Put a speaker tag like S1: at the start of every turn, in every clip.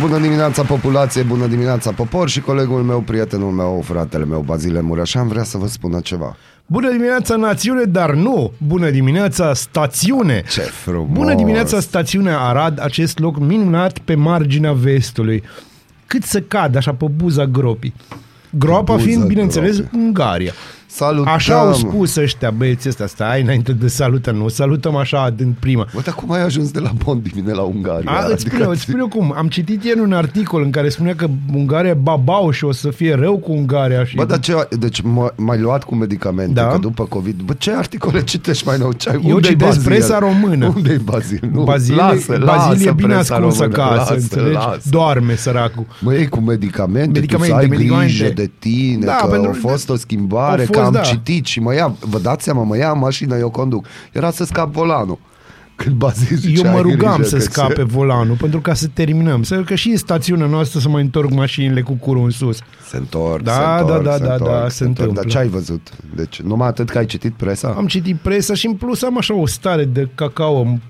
S1: Bună dimineața populație, bună dimineața popor și colegul meu, prietenul meu, fratele meu, Bazile Mureșan, vrea să vă spună ceva.
S2: Bună dimineața națiune, dar nu! Bună dimineața stațiune!
S1: Ce frumos!
S2: Bună dimineața stațiunea Arad, acest loc minunat pe marginea vestului. Cât să cad așa pe buza gropii. Groapa
S1: Buza
S2: fiind, bineînțeles,
S1: gropii.
S2: Ungaria.
S1: Salutăm!
S2: Așa au spus ăștia băieții ăsta, stai înainte de salută, nu, salutăm așa din prima.
S1: Bă, dar cum ai ajuns de la Bond bine la Ungaria? Adică
S2: A, îți spun eu, îți spun eu cum, am citit ieri un articol în care spunea că Ungaria e babau și o să fie rău cu Ungaria și...
S1: Bă, dar ce, deci m- m-ai luat cu medicamente, da?
S2: Da.
S1: că după COVID, bă, ce articole citești mai nou? Ce,
S2: Eu
S1: unde-i
S2: citesc
S1: Bazil?
S2: presa română.
S1: Unde-i Bazil? Nu,
S2: Bazil,
S1: lasă,
S2: Bazil e
S1: lasă
S2: bine
S1: presa
S2: ascuns
S1: română,
S2: acasă,
S1: lasă,
S2: înțelegi?
S1: Lasă.
S2: Doarme săracul.
S1: Măi, cu medicamente, medicamente tu să
S2: Medicamente,
S1: ai
S2: medicamente.
S1: grijă de tine, da,
S2: Da,
S1: că
S2: pentru-
S1: a fost o schimbare,
S2: a
S1: fost,
S2: fost,
S1: că am da.
S2: da.
S1: citit și mă ia, vă dați seama, mă ia în mașină, eu conduc. Era să scap volanul. Când bazil zicea,
S2: Eu mă
S1: ai
S2: rugam
S1: grijă
S2: să
S1: că
S2: scape
S1: Se,
S2: volanul pentru ca să terminăm. Să că și în stațiunea noastră să mă întorc mașinile cu curul în sus.
S1: se întorc,
S2: Da,
S1: se
S2: da,
S1: întorc,
S2: da,
S1: se
S2: da,
S1: întorc,
S2: da, se
S1: întorc. Dar
S2: întâmplă.
S1: ce ai văzut? Deci, numai atât că ai citit presa?
S2: Am citit presa și în plus am așa o stare de cacao m-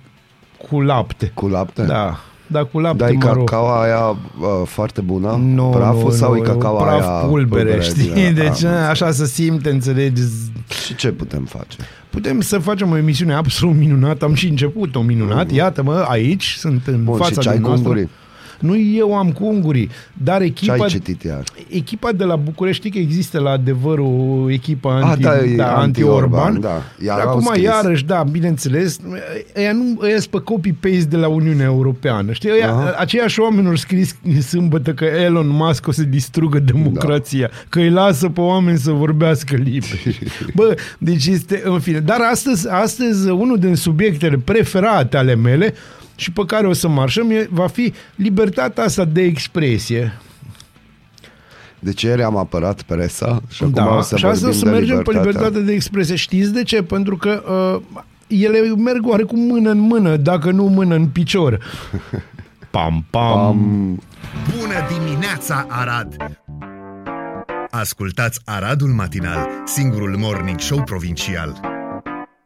S2: cu lapte.
S1: Cu lapte?
S2: Da, da cu lapte
S1: Dar e
S2: maro.
S1: cacao aia uh, foarte bună?
S2: Nu,
S1: Praful
S2: nu,
S1: sau
S2: nu,
S1: e cacao
S2: un praf
S1: aia
S2: pulbere, știi?
S1: din-
S2: Deci
S1: am
S2: a, așa se simte, înțelegi?
S1: Și ce putem face?
S2: Putem să facem o emisiune absolut minunată. Am și început-o minunat. Iată-mă, aici sunt în
S1: Mm. Bun, și
S2: fața
S1: ce ai cu
S2: dumneavoastră.
S1: ungurii?
S2: Nu eu am cu ungurii, dar
S1: Ce
S2: echipa
S1: ai citit iar?
S2: Echipa de la București, știi că există la adevăr o echipă anti,
S1: da, e
S2: da,
S1: anti-Orban,
S2: anti-Orban.
S1: da. Iar
S2: Dar
S1: au
S2: acum,
S1: scris.
S2: iarăși, da, bineînțeles, ăia nu ăia sunt pe copy-paste de la Uniunea Europeană. Știi,
S1: Aha.
S2: ăia, aceiași oameni au scris sâmbătă că Elon Musk o să distrugă democrația, da. că îi lasă pe oameni să vorbească liber. Bă, deci este, în fine. Dar astăzi, astăzi, unul din subiectele preferate ale mele și pe care o să marșăm e- va fi libertatea asta de expresie.
S1: Deci ieri am apărat presa și acum
S2: da,
S1: o să
S2: și
S1: vorbim
S2: asta o să
S1: de
S2: mergem pe
S1: libertatea.
S2: libertate de expresie. Știți de ce? Pentru că uh, ele merg oarecum mână în mână, dacă nu mână în picior. Pam, pam. pam.
S3: Bună dimineața, Arad! Ascultați Aradul Matinal, singurul morning show provincial.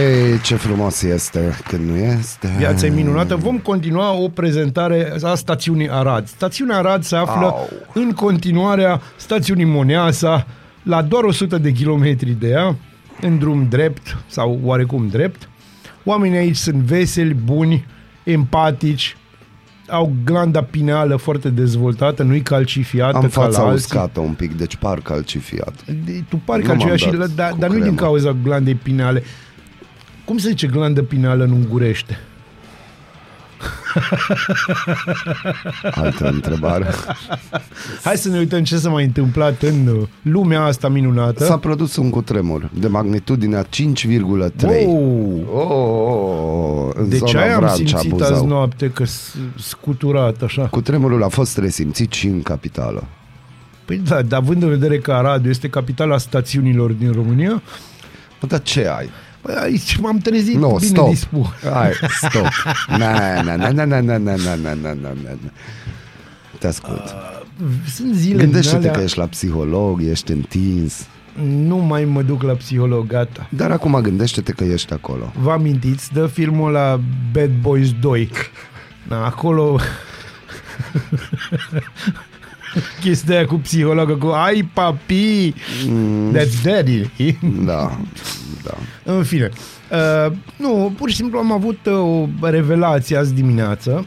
S1: Ei, ce frumos este când nu este.
S2: Viața e minunată. Vom continua o prezentare a stațiunii Arad. Stațiunea Arad se află
S1: Au.
S2: Au. în continuarea stațiunii Moneasa, la doar 100 de kilometri de ea, în drum drept sau oarecum drept. Oamenii aici sunt veseli, buni, empatici, au glanda pineală foarte dezvoltată, nu-i calcifiată
S1: Am
S2: ca la
S1: fața
S2: alții.
S1: uscată un pic, deci par calcifiat.
S2: De- Tu
S1: Nu
S2: pari
S1: m-am
S2: calcifiat, și,
S1: dat
S2: la- dar,
S1: cu
S2: dar nu din
S1: cremă.
S2: cauza glandei pineale. Cum se zice glandă pineală în ungurește?
S1: Altă întrebare.
S2: Da. Hai să ne uităm ce s-a mai întâmplat în uh, lumea asta minunată.
S1: S-a produs un cutremur de magnitudinea 5,3.
S2: Wow!
S1: Oh, oh, oh, în
S2: Deci
S1: zona
S2: aia am
S1: Vrancea,
S2: simțit
S1: Buzău.
S2: azi noapte că s- scuturat așa.
S1: Cutremurul a fost resimțit și în capitală.
S2: Păi da, dar având în vedere că Aradul este capitala stațiunilor din România,
S1: Bă, dar ce ai?
S2: păi aici m-am trezit
S1: Nu,
S2: bine
S1: stop.
S2: dispus.
S1: Hai, stop. Na, na, na, na, na, na, na, na, na, na, na, na. Te ascult.
S2: Sunt zile din
S1: Gândește-te
S2: alea,
S1: că ești la psiholog, ești întins.
S2: nu mai mă duc la psiholog, gata.
S1: Dar acum gândește-te că ești acolo.
S2: Vă amintiți de filmul la Bad Boys 2? Na, acolo... chestia aia cu psihologă, cu ai papi, that's daddy.
S1: Da, da.
S2: În fine, uh, nu, pur și simplu am avut uh, o revelație azi dimineață,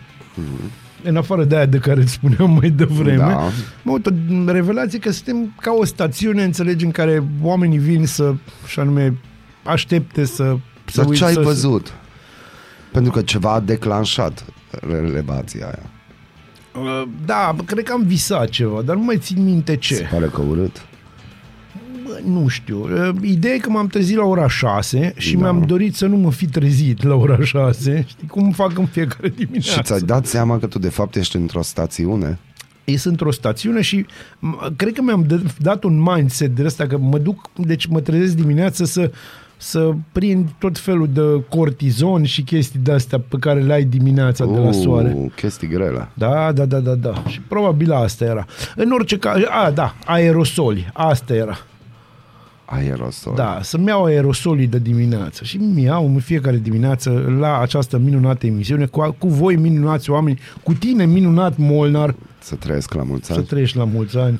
S2: în afară de aia de care îți spuneam mai devreme,
S1: Da.
S2: da. mă uit o revelație că suntem ca o stațiune, înțelegi, în care oamenii vin să, și anume, aștepte să să
S1: Dar
S2: uit
S1: ce ai
S2: să-
S1: văzut? Pentru că ceva a declanșat relevația aia.
S2: Uh, Da, bă, cred că am visat ceva, dar nu mai țin minte
S1: Se
S2: ce.
S1: pare că urât.
S2: Bă, nu știu. Uh, Ideea e că m-am trezit la ora 6 și
S1: Da.
S2: mi-am dorit să nu mă fi trezit la ora 6. Știi cum fac în fiecare dimineață?
S1: Și ți-ai dat seama că tu de fapt ești într-o stațiune?
S2: ies într-o stațiune și m- cred că mi-am dă- dat un mindset de ăsta, că mă duc, deci mă trezesc dimineața să să prind tot felul de cortizon și chestii de-astea pe care le ai dimineața de la
S1: Uh,
S2: soare.
S1: Chestii grele.
S2: Da, da, da, da, da. Și probabil asta era. În orice caz, a, da, aerosoli, asta era.
S1: Aerosol.
S2: Da, să-mi iau aerosolii de dimineață și mi iau în fiecare dimineață la această minunată emisiune cu, cu voi minunați oameni, cu tine minunat Molnar,
S1: Să trăiesc la mulți
S2: să
S1: ani
S2: trăiești la mulți ani.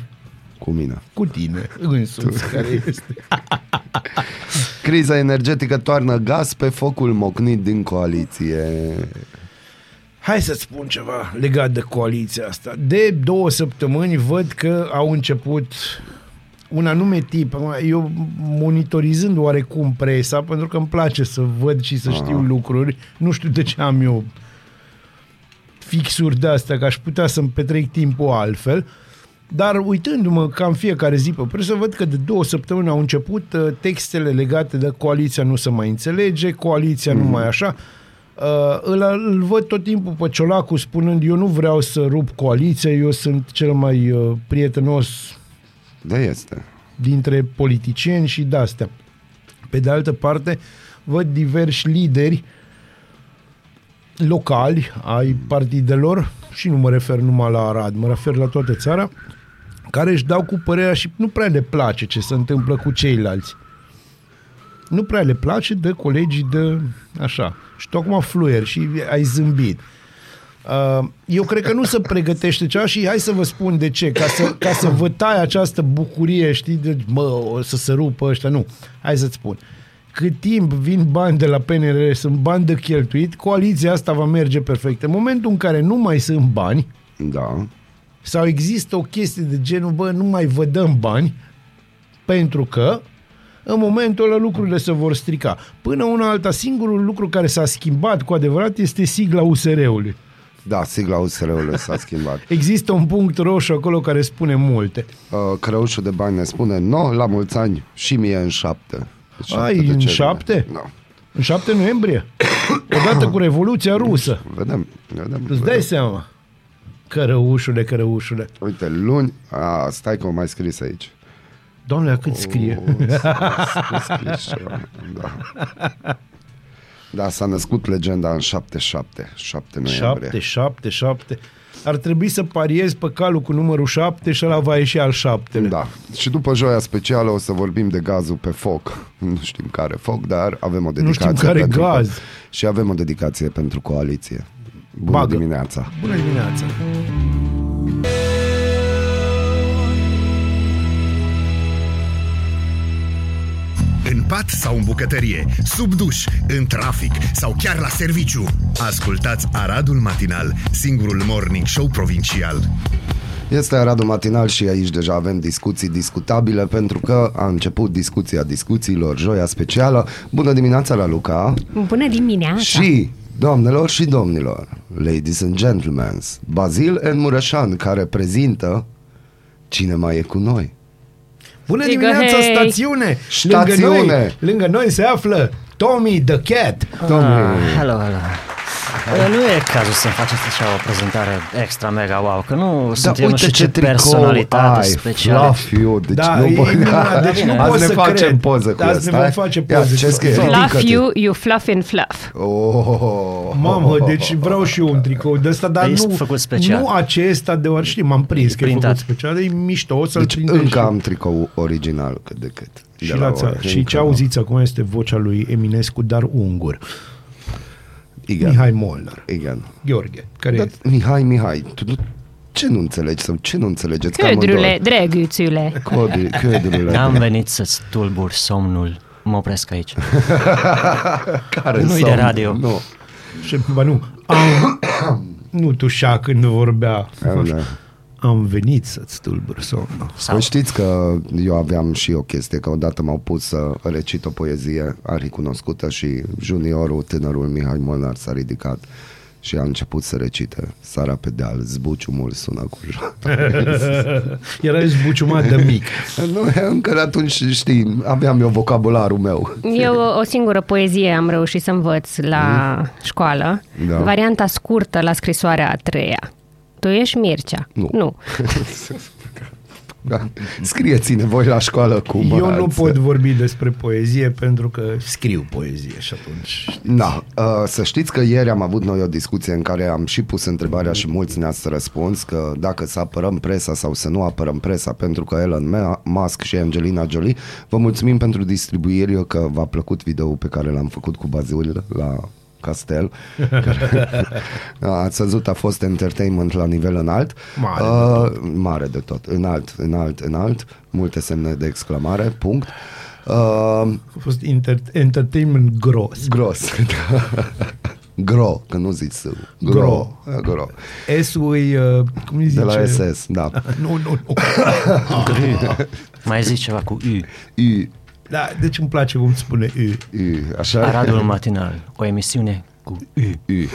S1: cu mine.
S2: cu tine însuți care este.
S1: Criza energetică toarnă gaz pe focul mocnit din coaliție.
S2: Hai să spun ceva legat de coaliția asta. De două săptămâni văd că au început un anume tip, Acum, eu monitorizând oarecum presa, pentru că îmi place să văd și să știu lucruri, nu știu de ce am eu fixuri de astea, că aș putea să-mi petrec timpul altfel, dar uitându-mă cam fiecare zi pe presă, văd că de două săptămâni au început uh, textele legate de coaliția nu se mai înțelege, coaliția nu mai așa. Uh, îl, îl văd tot timpul pe Ciolacu spunând eu nu vreau să rup coaliția, eu sunt cel mai uh, prietenos
S1: Da, este.
S2: dintre politicieni și de-astea. Pe de altă parte, văd diversi lideri locali ai partidelor, și nu mă refer numai la Arad, mă refer la toată țara, care își dau cu părerea și nu prea le place ce se întâmplă cu ceilalți. Nu prea le place de colegii de așa. Și tocmai fluier și ai zâmbit. Uh, Eu cred că nu se pregătește cea și hai să vă spun de ce, ca să, ca să vă tai această bucurie, știi, de mă, o să se rupă ăștia, nu. Hai să-ți spun. Cât timp vin bani de la PNR, sunt bani de cheltuit, coaliția asta va merge perfect. În momentul în care nu mai sunt bani,
S1: Da.
S2: sau există o chestie de genul, bă, nu mai vă dăm bani, pentru că în momentul ăla lucrurile se vor strica. Până una alta, singurul lucru care s-a schimbat cu adevărat este sigla USR-ului.
S1: Da, sigla USR-ului s-a schimbat.
S2: Există un punct roșu acolo care spune multe.
S1: Uh, Crăușul de bani ne spune, no, la mulți ani și mie în șapte.
S2: Ai,
S1: de
S2: în
S1: cerere.
S2: șapte?
S1: Da.
S2: În 7 noiembrie, odată cu Revoluția Rusă.
S1: Vedem, vedem.
S2: Îți
S1: vedem.
S2: dai seama. Cărăușule, cărăușule.
S1: Uite, luni, a, stai că o mai scris aici.
S2: Doamne, la cât scrie?
S1: O, s-a scris ceva, da. Da, s-a născut legenda în 77, 7 noiembrie.
S2: 7, 7, 7. Ar trebui să pariezi pe calul cu numărul 7 și ăla va ieși al 7
S1: Da. Și după joia specială o să vorbim de gazul pe foc. Nu știm care foc, dar avem o dedicație.
S2: știm care
S1: pentru
S2: gaz.
S1: Și avem o dedicație pentru coaliție. Bună
S2: Bagă.
S1: dimineața!
S2: Bună dimineața!
S3: În pat sau în bucătărie, sub duș, în trafic sau chiar la serviciu. Ascultați Aradul Matinal, singurul morning show provincial.
S1: Este Radu Matinal și aici deja avem discuții discutabile pentru că a început discuția discuțiilor joia specială. Bună dimineața la Luca!
S4: Bună dimineața!
S1: Și, doamnelor și domnilor, ladies and gentlemen, Bazil N. Mureșan care prezintă Cine mai e cu noi?
S2: Bună
S4: Digă,
S2: dimineața,
S4: hei!
S2: stațiune!
S1: Stațiune!
S2: Lângă noi, lângă noi se află Tommy the Cat.
S1: Domnule,
S5: Ah, Hello, hello. Uh, Nu e cazul să-mi faceți așa o prezentare extra mega wow, că nu
S1: da,
S5: sunt eu nu
S1: uite
S5: știu
S1: ce
S5: ce
S1: tricou
S5: personalitate
S1: ai,
S5: specială.
S1: Flafiu, deci
S2: Da,
S1: nu,
S2: e
S1: pot-
S2: minunat, deci nu
S1: Azi
S2: pot
S1: ne
S2: să
S1: facem
S2: cred.
S1: poză cu
S2: Azi ne
S1: ăsta,
S2: vom
S1: hai?
S2: face
S1: Ia,
S2: poze
S1: ce
S2: cu
S1: scrie?
S2: ăsta.
S4: Fluff
S1: Ridică-te.
S4: you, you fluff and fluff.
S1: Oh.
S2: Mamă, deci vreau și eu un tricou de ăsta, dar
S5: E
S2: nu,
S5: făcut special.
S2: nu acesta, deoarece știi, m-am prins că e făcut
S5: printat.
S2: special, e mișto, o să-l
S1: Deci
S2: prindești.
S1: încă am tricou original cât de cât.
S2: și,
S1: De
S2: la
S1: ora,
S2: țară. și
S1: încă
S2: ce
S1: am.
S2: auziți acum este vocea lui Eminescu, dar ungur.
S1: Igen.
S2: Mihai Molnar.
S1: Igen.
S2: Gheorghe, care
S1: Dar,
S2: este?
S1: Mihai, Mihai, tu, tu, ce nu înțelegi sau ce nu înțelegeți? că
S4: Ködrüle,
S1: amândoi-
S4: drăguțule.
S1: Codri- Cădurile.
S5: N-am venit să-ți tulbur somnul. Mă opresc aici.
S1: Păi Care
S5: Nu-i
S1: somn?
S5: de radio.
S1: Nu.
S2: Și, ba nu, am, nu tușa când vorbea.
S1: Am, da.
S2: am venit să-ți tulbur somnul.
S1: Sau...
S5: Sau
S1: Știți că eu aveam și o chestie, că odată m-au pus să recit o poezie aricunoscută și juniorul, tânărul Mihai Molnar s-a ridicat și a început să recite Sara pe deal, zbuciumul sună cu joarele.
S2: Era zbuciumat de mic.
S1: Nu, încă de atunci știi, aveam eu vocabularul meu.
S4: Eu o singură poezie am reușit să învăț la școală.
S1: Mm-hmm. Da.
S4: Varianta scurtă la scrisoarea a treia. Tu ești Mircea?
S1: Nu.
S4: nu.
S1: Da. Scrieți-ne voi la școală cu
S2: Eu nu
S1: măranță.
S2: pot vorbi despre poezie pentru că scriu poezie și atunci...
S1: Da, uh, să știți că ieri am avut noi o discuție în care am și pus întrebarea și mulți ne-ați răspuns că dacă să apărăm presa sau să nu apărăm presa pentru că Elon Ma- Musk și Angelina Jolie, vă mulțumim pentru distribuire eu că v-a plăcut videoul pe care l-am făcut cu Bazil la Castel. Ați văzut, a fost entertainment la nivel înalt.
S2: Mare de
S1: uh, mare de tot. Înalt, înalt, înalt. Multe semne de exclamare, punct. Uh,
S2: A fost inter- entertainment gros.
S1: Gros. da. Gro, că nu zici său. Gro. Gro. Gro.
S2: S-ul e, uh, cum îi zice?
S1: De la SS, da.
S2: Nu, nu, nu.
S5: mai zici ceva cu U.
S1: I,
S2: Da, deci îmi place cum spune U.
S1: I, așa?
S5: Aradul matinal. O emisiune cu U.
S1: I.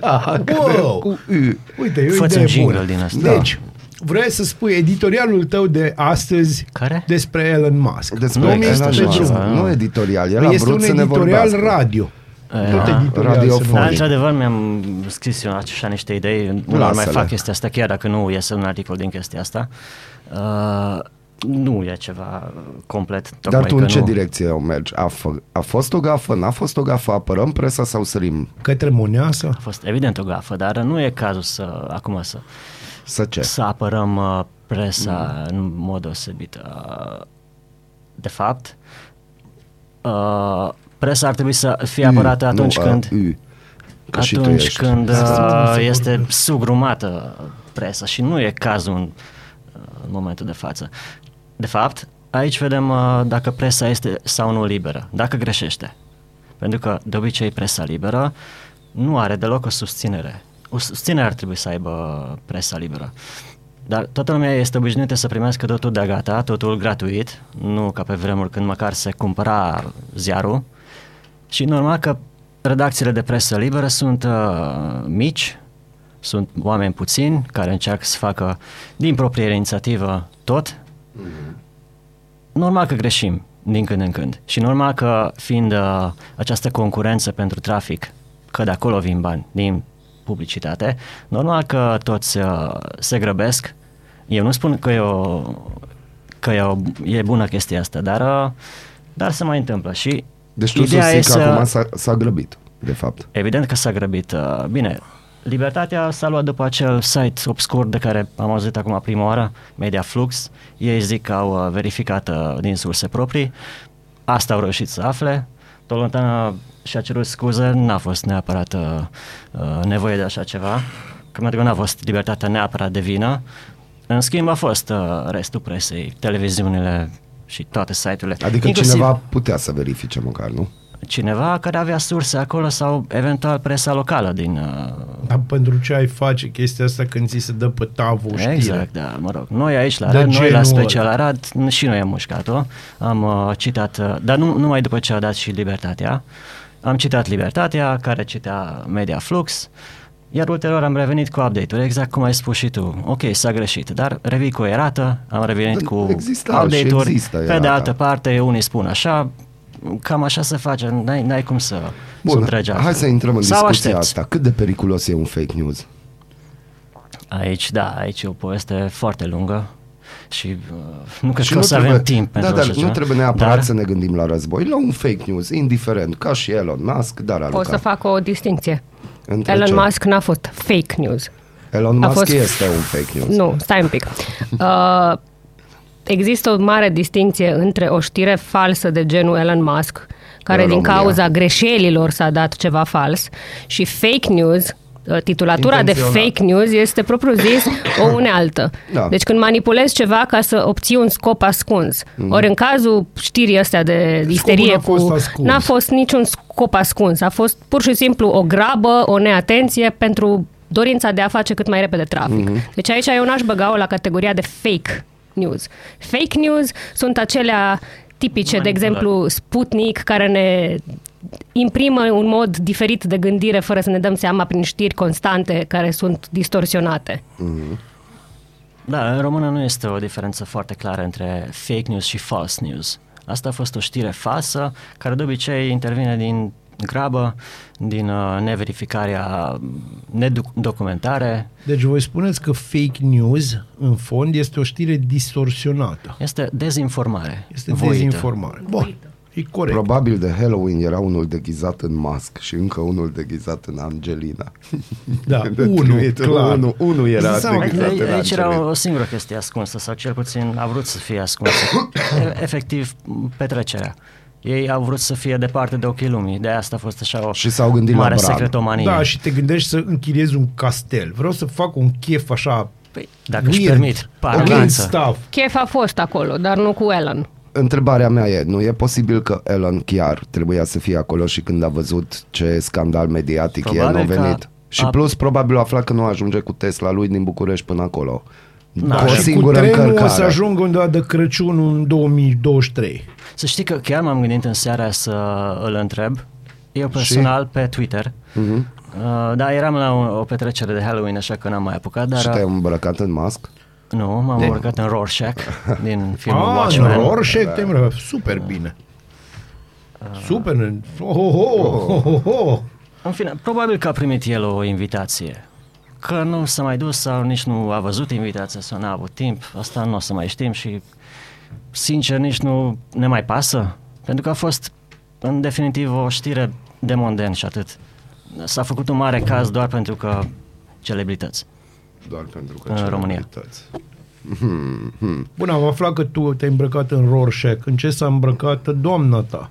S1: da,
S2: Wow!
S1: cu I.
S2: Uite, e o
S5: Fă-ți
S2: idee
S5: un jingle
S2: bună.
S5: din asta.
S2: Deci, vrei să spui editorialul tău de astăzi
S5: Care?
S2: despre Elon Musk.
S1: Despre
S5: Nu
S1: Elon
S5: există
S1: Musk.
S5: așa ceva,
S1: nu,
S5: nu.
S1: editorial, el a
S2: Păi este
S1: vrut
S2: un
S1: să ne
S2: editorial
S1: vorbească. Ah,
S2: radio.
S5: E,
S2: Tot
S5: aha.
S2: editorial se
S1: Radiofonic.
S5: Da,
S2: numește.
S5: într-adevăr mi-am scris eu așa niște idei, nu mai
S1: Lasă-le.
S5: fac chestia asta, chiar dacă nu iese un articol din chestia asta. Uh, nu e ceva complet.
S1: Dar
S5: tocmai
S1: tu în
S5: că
S1: ce
S5: nu.
S1: direcție o mergi? A, f- a fost o gafă, n-a fost o gafă, apărăm presa sau sărim?
S2: Către Moneasa?
S5: A fost evident o gafă, dar nu e cazul să acum să,
S1: Să ce?
S5: să apărăm uh, presa mm. în mod deosebit. Uh, de fapt, uh, presa ar trebui să fie apărată
S1: I,
S5: atunci
S1: Mm, nu, uh,
S5: când...
S1: A, I. Că și tu
S5: atunci
S1: ești.
S5: când uh, este sugrumată presa și nu e cazul în, uh, în momentul de față. De fapt, aici vedem uh, dacă presa este sau nu liberă, dacă greșește. Pentru că, de obicei, presa liberă nu are deloc o susținere. O susținere ar trebui să aibă presa liberă. Dar toată lumea este obișnuită să primească totul de gata, totul gratuit, nu ca pe vremuri când măcar se cumpăra ziarul. Și normal că redacțiile de presă liberă sunt uh, mici, sunt oameni puțini care încearcă să facă din proprie inițiativă tot. Normal că greșim din când în când și normal că fiind uh, această concurență pentru trafic, că de acolo vin bani din publicitate, normal că toți uh, se grăbesc. Eu nu spun că e o, că e, o, e bună chestia asta, dar, uh, dar se mai întâmplă și
S1: Deci tu
S5: ideea uh,
S1: susții
S5: e
S1: că
S5: să-
S1: acum s-a, s-a grăbit, de fapt.
S5: Evident că s-a grăbit. uh, Bine, Libertatea s-a luat după acel site obscur de care am auzit acum prima oară, Mediaflux. Ei zic că au uh, verificat uh, din surse proprii. Asta au reușit să afle. Tolentana și-a cerut scuze, n-a fost neapărat uh, uh, nevoie de așa ceva. Că pentru că n-a fost libertatea neapărat de vină. În schimb a fost uh, restul presei, televiziunile și toate site-urile.
S1: Adică
S5: Inclusiv-
S1: cineva putea să verifice măcar, nu?
S5: cineva care avea surse acolo sau eventual presa locală din... Uh,
S2: Dar pentru ce ai face chestia asta când ți se dă pe tavă o știre?
S5: exact, da, mă rog. Noi aici la
S2: De
S5: Arad, noi
S2: genul
S5: la
S2: ăla.
S5: Special Arad n- și noi am mușcat-o. Am uh, citat, uh, dar nu, numai după ce a dat și Libertatea. Am citat Libertatea, care citea Media Flux, iar ulterior am revenit cu update-uri, exact cum ai spus și tu. Ok, s-a greșit, dar revii cu erată, am revenit
S1: Dar
S5: cu
S1: exista și
S5: update-uri.
S1: există
S5: Pe de
S1: erata.
S5: altă parte, unii spun așa, cam așa se face, n-ai, n-ai cum să, să
S1: Bun,
S5: tragi
S1: hai să
S5: altfel.
S1: intrăm în
S5: Sau
S1: discuția
S5: aștepți.
S1: asta. Cât de periculos e un fake news?
S5: Aici, da, aici e o poveste foarte lungă și uh, nu cred
S1: Și
S5: că o
S1: nu
S5: să avem timp pentru
S1: da, dar
S5: așa
S1: nu
S5: ceva.
S1: trebuie neapărat
S5: dar,
S1: să ne gândim la război, la un fake news, indiferent, ca și Elon Musk, dar
S4: O
S1: alucat.
S4: să fac o distinție.
S1: Între
S4: Elon
S1: ce?
S4: Musk n-a fost fake news.
S1: Elon
S4: a
S1: Musk
S4: fost-
S1: este un fake news.
S4: Nu, stai un pic. Uh, există o mare distinție între o știre falsă de genul Elon Musk, care
S1: În
S4: din
S1: România.
S4: cauza greșelilor s-a dat ceva fals, și fake news, uh, titulatura de
S1: Intenționat.
S4: fake news este propriu zis o unealtă.
S1: Da.
S4: Deci când manipulezi ceva ca să obții un scop ascuns.
S1: Mhm.
S4: Ori în cazul știrii astea de isterie
S2: n-a fost
S4: cu...
S2: ascuns.
S4: N-a fost niciun scop ascuns. A fost pur și simplu o grabă, o neatenție pentru dorința de a face cât mai repede trafic. Mm-hmm. Deci aici eu n-aș băga-o la categoria de fake news. Fake news sunt acelea tipice, de
S5: Manipulări.
S4: exemplu Sputnik, care ne imprimă un mod diferit de gândire fără să ne dăm seama prin știri constante care sunt distorsionate.
S5: Da, în română nu este o diferență foarte clară între fake news și false news. Asta a fost o știre falsă, care de obicei intervine din grabă, din uh, neverificarea, nedocumentare.
S2: Deci voi spuneți că fake news, în fond, este o știre distorsionată.
S5: Este dezinformare.
S2: Este
S5: voită.
S2: dezinformare. Bun, e corect.
S1: Probabil de Halloween era unul deghizat în mask și încă unul deghizat în Angelina.
S2: Da,
S1: De
S2: unul,
S1: tweet,
S2: clar. Exact.
S1: Unul, unul
S2: Îți
S1: Exact, era
S2: dai seama că
S1: deghizat
S5: Aici,
S1: în
S5: Adică aici era
S1: Angelina.
S5: o singură chestie ascunsă, sau cel puțin a vrut să fie ascunsă. E- Efectiv, petrecerea. Ei au vrut să fie departe de ochii lumii, de asta a fost așa o
S1: Și s-au gândit la
S5: mare
S1: brad.
S5: secretomanie.
S2: Da, și te gândești să închiriezi un castel. Vreau să fac un chef așa...
S5: Păi, dacă își
S2: weird,
S5: permit,
S2: weird
S5: aroganță.
S2: stuff.
S4: Chef a fost acolo, dar nu cu Ellen.
S1: Întrebarea mea e, nu e posibil că Elon chiar trebuia să fie acolo și când a văzut ce scandal mediatic
S5: Probabil
S1: e, nu a
S5: că
S1: venit? Și
S5: a-
S1: plus, probabil a aflat că nu ajunge cu Tesla lui din București până acolo.
S5: Da,
S1: Cu o
S5: și cu
S2: Și cu
S1: singură
S2: trenul
S1: încărcare.
S2: o să ajung undeva de Crăciun în 2023.
S5: Să știi că chiar m-am gândit în seara să îl întreb. Eu personal pe Twitter.
S1: Mhm.
S5: Uh-huh. Uh, da, eram la un, o petrecere de Halloween, așa că n-am mai apucat, dar
S1: Și te-ai
S5: uh,
S1: îmbrăcat în mask?
S5: nu, m-am urcat în Rorschach din filmul
S2: Ah, în
S5: Watchmen.
S1: Da.
S2: Rorschach, te mă, super bine.
S5: Ah.
S2: Super, oh, oh, oh, oh, oh, oh.
S5: În fine, probabil că a primit el o invitație. Că nu s-a mai dus sau nici nu a văzut invitația sau n-a avut timp, asta nu o să mai știm și sincer nici nu ne mai pasă. Pentru că a fost în definitiv o știre de monden și atât. S-a făcut un mare caz doar pentru că celebrități.
S1: Doar pentru că
S5: În
S1: ce
S5: România.
S1: realități.
S2: Bun, am aflat că tu te-ai îmbrăcat în Rorschach. În ce s-a îmbrăcat doamna ta?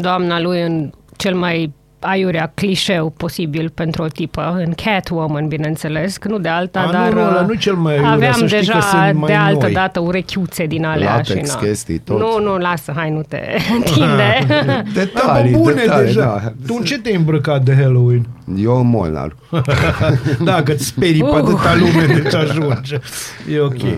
S4: Doamna lui în cel mai aiurea clișeu posibil pentru o tipă, în Catwoman, bineînțeles, că nu de alta,
S2: A, nu,
S4: dar
S2: nu, ăla
S4: uh,
S2: nu cel mai aiurea,
S4: aveam
S2: să știi
S4: deja
S2: că sunt mai
S4: de altă
S2: noi.
S4: dată urechiuțe din alea
S1: Latex,
S4: și na.
S1: chestii, tot. Ah,
S4: Nu, nu, lasă, hai, nu te întinde.
S1: Detalii,
S2: da, bă, bune
S1: detalii,
S2: deja.
S1: da.
S2: Tu în ce te-ai îmbrăcat de Halloween?
S1: Eu în Molnar.
S2: da, că-ți sperii pe
S4: Uh.
S2: atâta lume de ce ajunge. E ok.
S1: Da,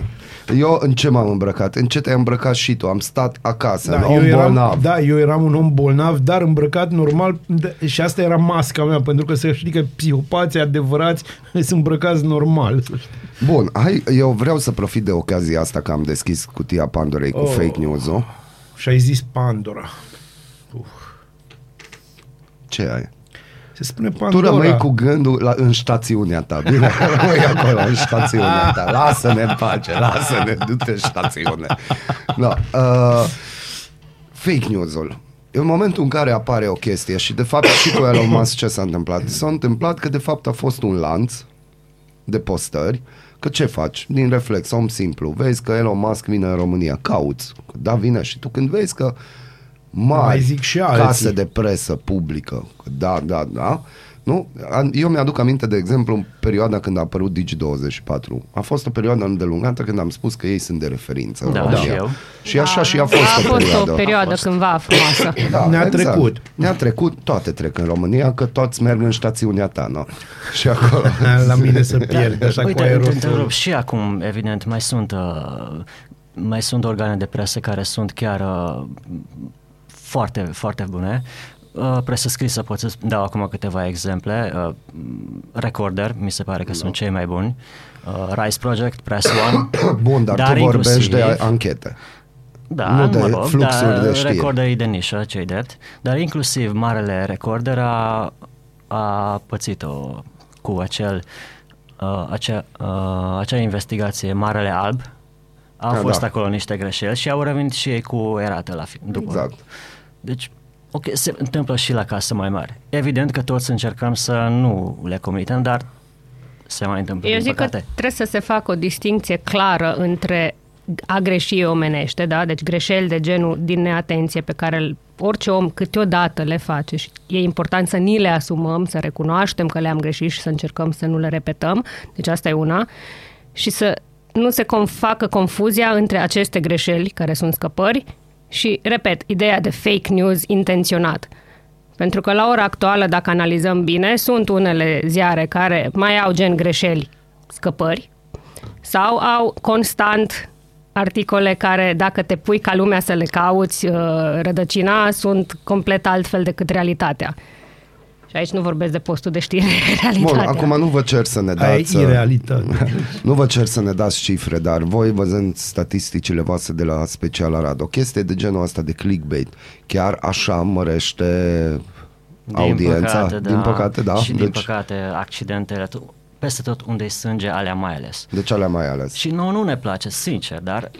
S1: Eu în ce m-am îmbrăcat? În ce te-ai îmbrăcat și tu? Am stat acasă,
S2: Da,
S1: da, în
S2: eu
S1: om
S2: eram,
S1: bolnav.
S2: da, eu eram un om bolnav, dar îmbrăcat normal d- și asta era masca mea, pentru că să știi că psihopații adevărați sunt îmbrăcați normal. să știi.
S1: Bun, hai, eu vreau să profit de ocazia asta că am deschis cutia Pandorei cu
S2: Oh.
S1: fake news-ul.
S2: Și ai zis Pandora.
S1: Ce ai?
S2: Se spune
S1: Tu
S2: Pandora.
S1: rămâi cu gândul la, în stațiunea ta, bine? Rămâi acolo, în stațiunea ta. Lasă-ne în pace, lasă-ne, du-te în stațiune. Da, uh, fake news-ul. În momentul în care apare o chestie și de fapt și cu Elon Musk ce s-a întâmplat? S-a întâmplat că de fapt a fost un lanț de postări, că ce faci? Din reflex, om simplu, vezi că Elon Musk vine în România, cauți, da, vine și tu când vezi că
S2: Mai
S1: mari
S2: zic și alții.
S1: case de presă publică, da, da, da, nu? An- Eu mi-aduc aminte, de exemplu, în perioada când a apărut Digi24. A fost o perioadă îndelungată când am spus că ei sunt de referință. în
S5: Da,
S1: România.
S5: și eu.
S1: Și așa și Da, a fost o
S4: A fost
S1: perioadă. Da, exact.
S4: o perioadă cândva frumoasă.
S2: Ne-a trecut.
S1: Ne-a trecut, toate trec în România, că toți merg în stațiunea ta, nu? Și acolo.
S2: La mine se pierde, așa cu
S5: Da. Uite, te
S2: aerosolul.
S5: întrerup și acum, evident, mai sunt uh, mai sunt organe de presă care sunt chiar uh, foarte, foarte bune. Uh, presă scrisă, pot să dau acum câteva exemple. Uh, Recorder, mi se pare că sunt cei mai buni. Uh, Rise Project, Press One.
S1: Bun, dar, tu vorbești de
S5: inclusiv-
S1: anchete.
S5: da,
S1: Nu
S5: nu
S1: de
S5: de mă rog,
S1: fluxuri
S5: dar
S1: de știri.
S5: recorderii de nișă, cei drept, dar inclusiv marele recorder a, a pățit-o cu acel, uh, acea, uh, acea investigație, Marele Alb, au
S1: Ah,
S5: fost
S1: da.
S5: acolo niște greșeli și au revenit și ei cu erată la fi, după.
S1: Exact.
S5: Deci, ok, se întâmplă și la casă mai mare. Evident că toți încercăm să nu le comitem, dar se mai întâmplă,
S4: Eu
S5: din
S4: zic că
S5: păcate.
S4: trebuie să se facă o distinție clară între a greși omenește, da? deci greșeli de genul din neatenție pe care îl- orice om câteodată le face și e important să ni le asumăm, să recunoaștem că le-am greșit și să încercăm să nu le repetăm, deci asta e una, și să nu se com- facă confuzia între aceste greșeli care sunt scăpări și, repet, ideea de fake news intenționat. Pentru că la ora actuală, dacă analizăm bine, sunt unele ziare care mai au gen greșeli, scăpări, sau au constant articole care, dacă te pui ca lumea să le cauți, uh, rădăcina, sunt complet altfel decât realitatea. Și aici nu vorbesc de postul de știri,
S1: Bun,
S4: realitatea.
S1: acum nu vă cer să ne
S2: Aia e
S1: dați... uh,
S2: irealitate.
S1: nu vă cer să ne dați cifre, dar voi văzând statisticile voastre de la Special Arad, o chestie de genul ăsta de clickbait, chiar așa mărește audiența? din păcate, da.
S5: Și
S1: deci,
S5: din păcate, accidentele, tu- peste tot unde e sânge, alea mai ales.
S1: deci alea mai ales.
S5: Și nouă nu ne place, sincer, dar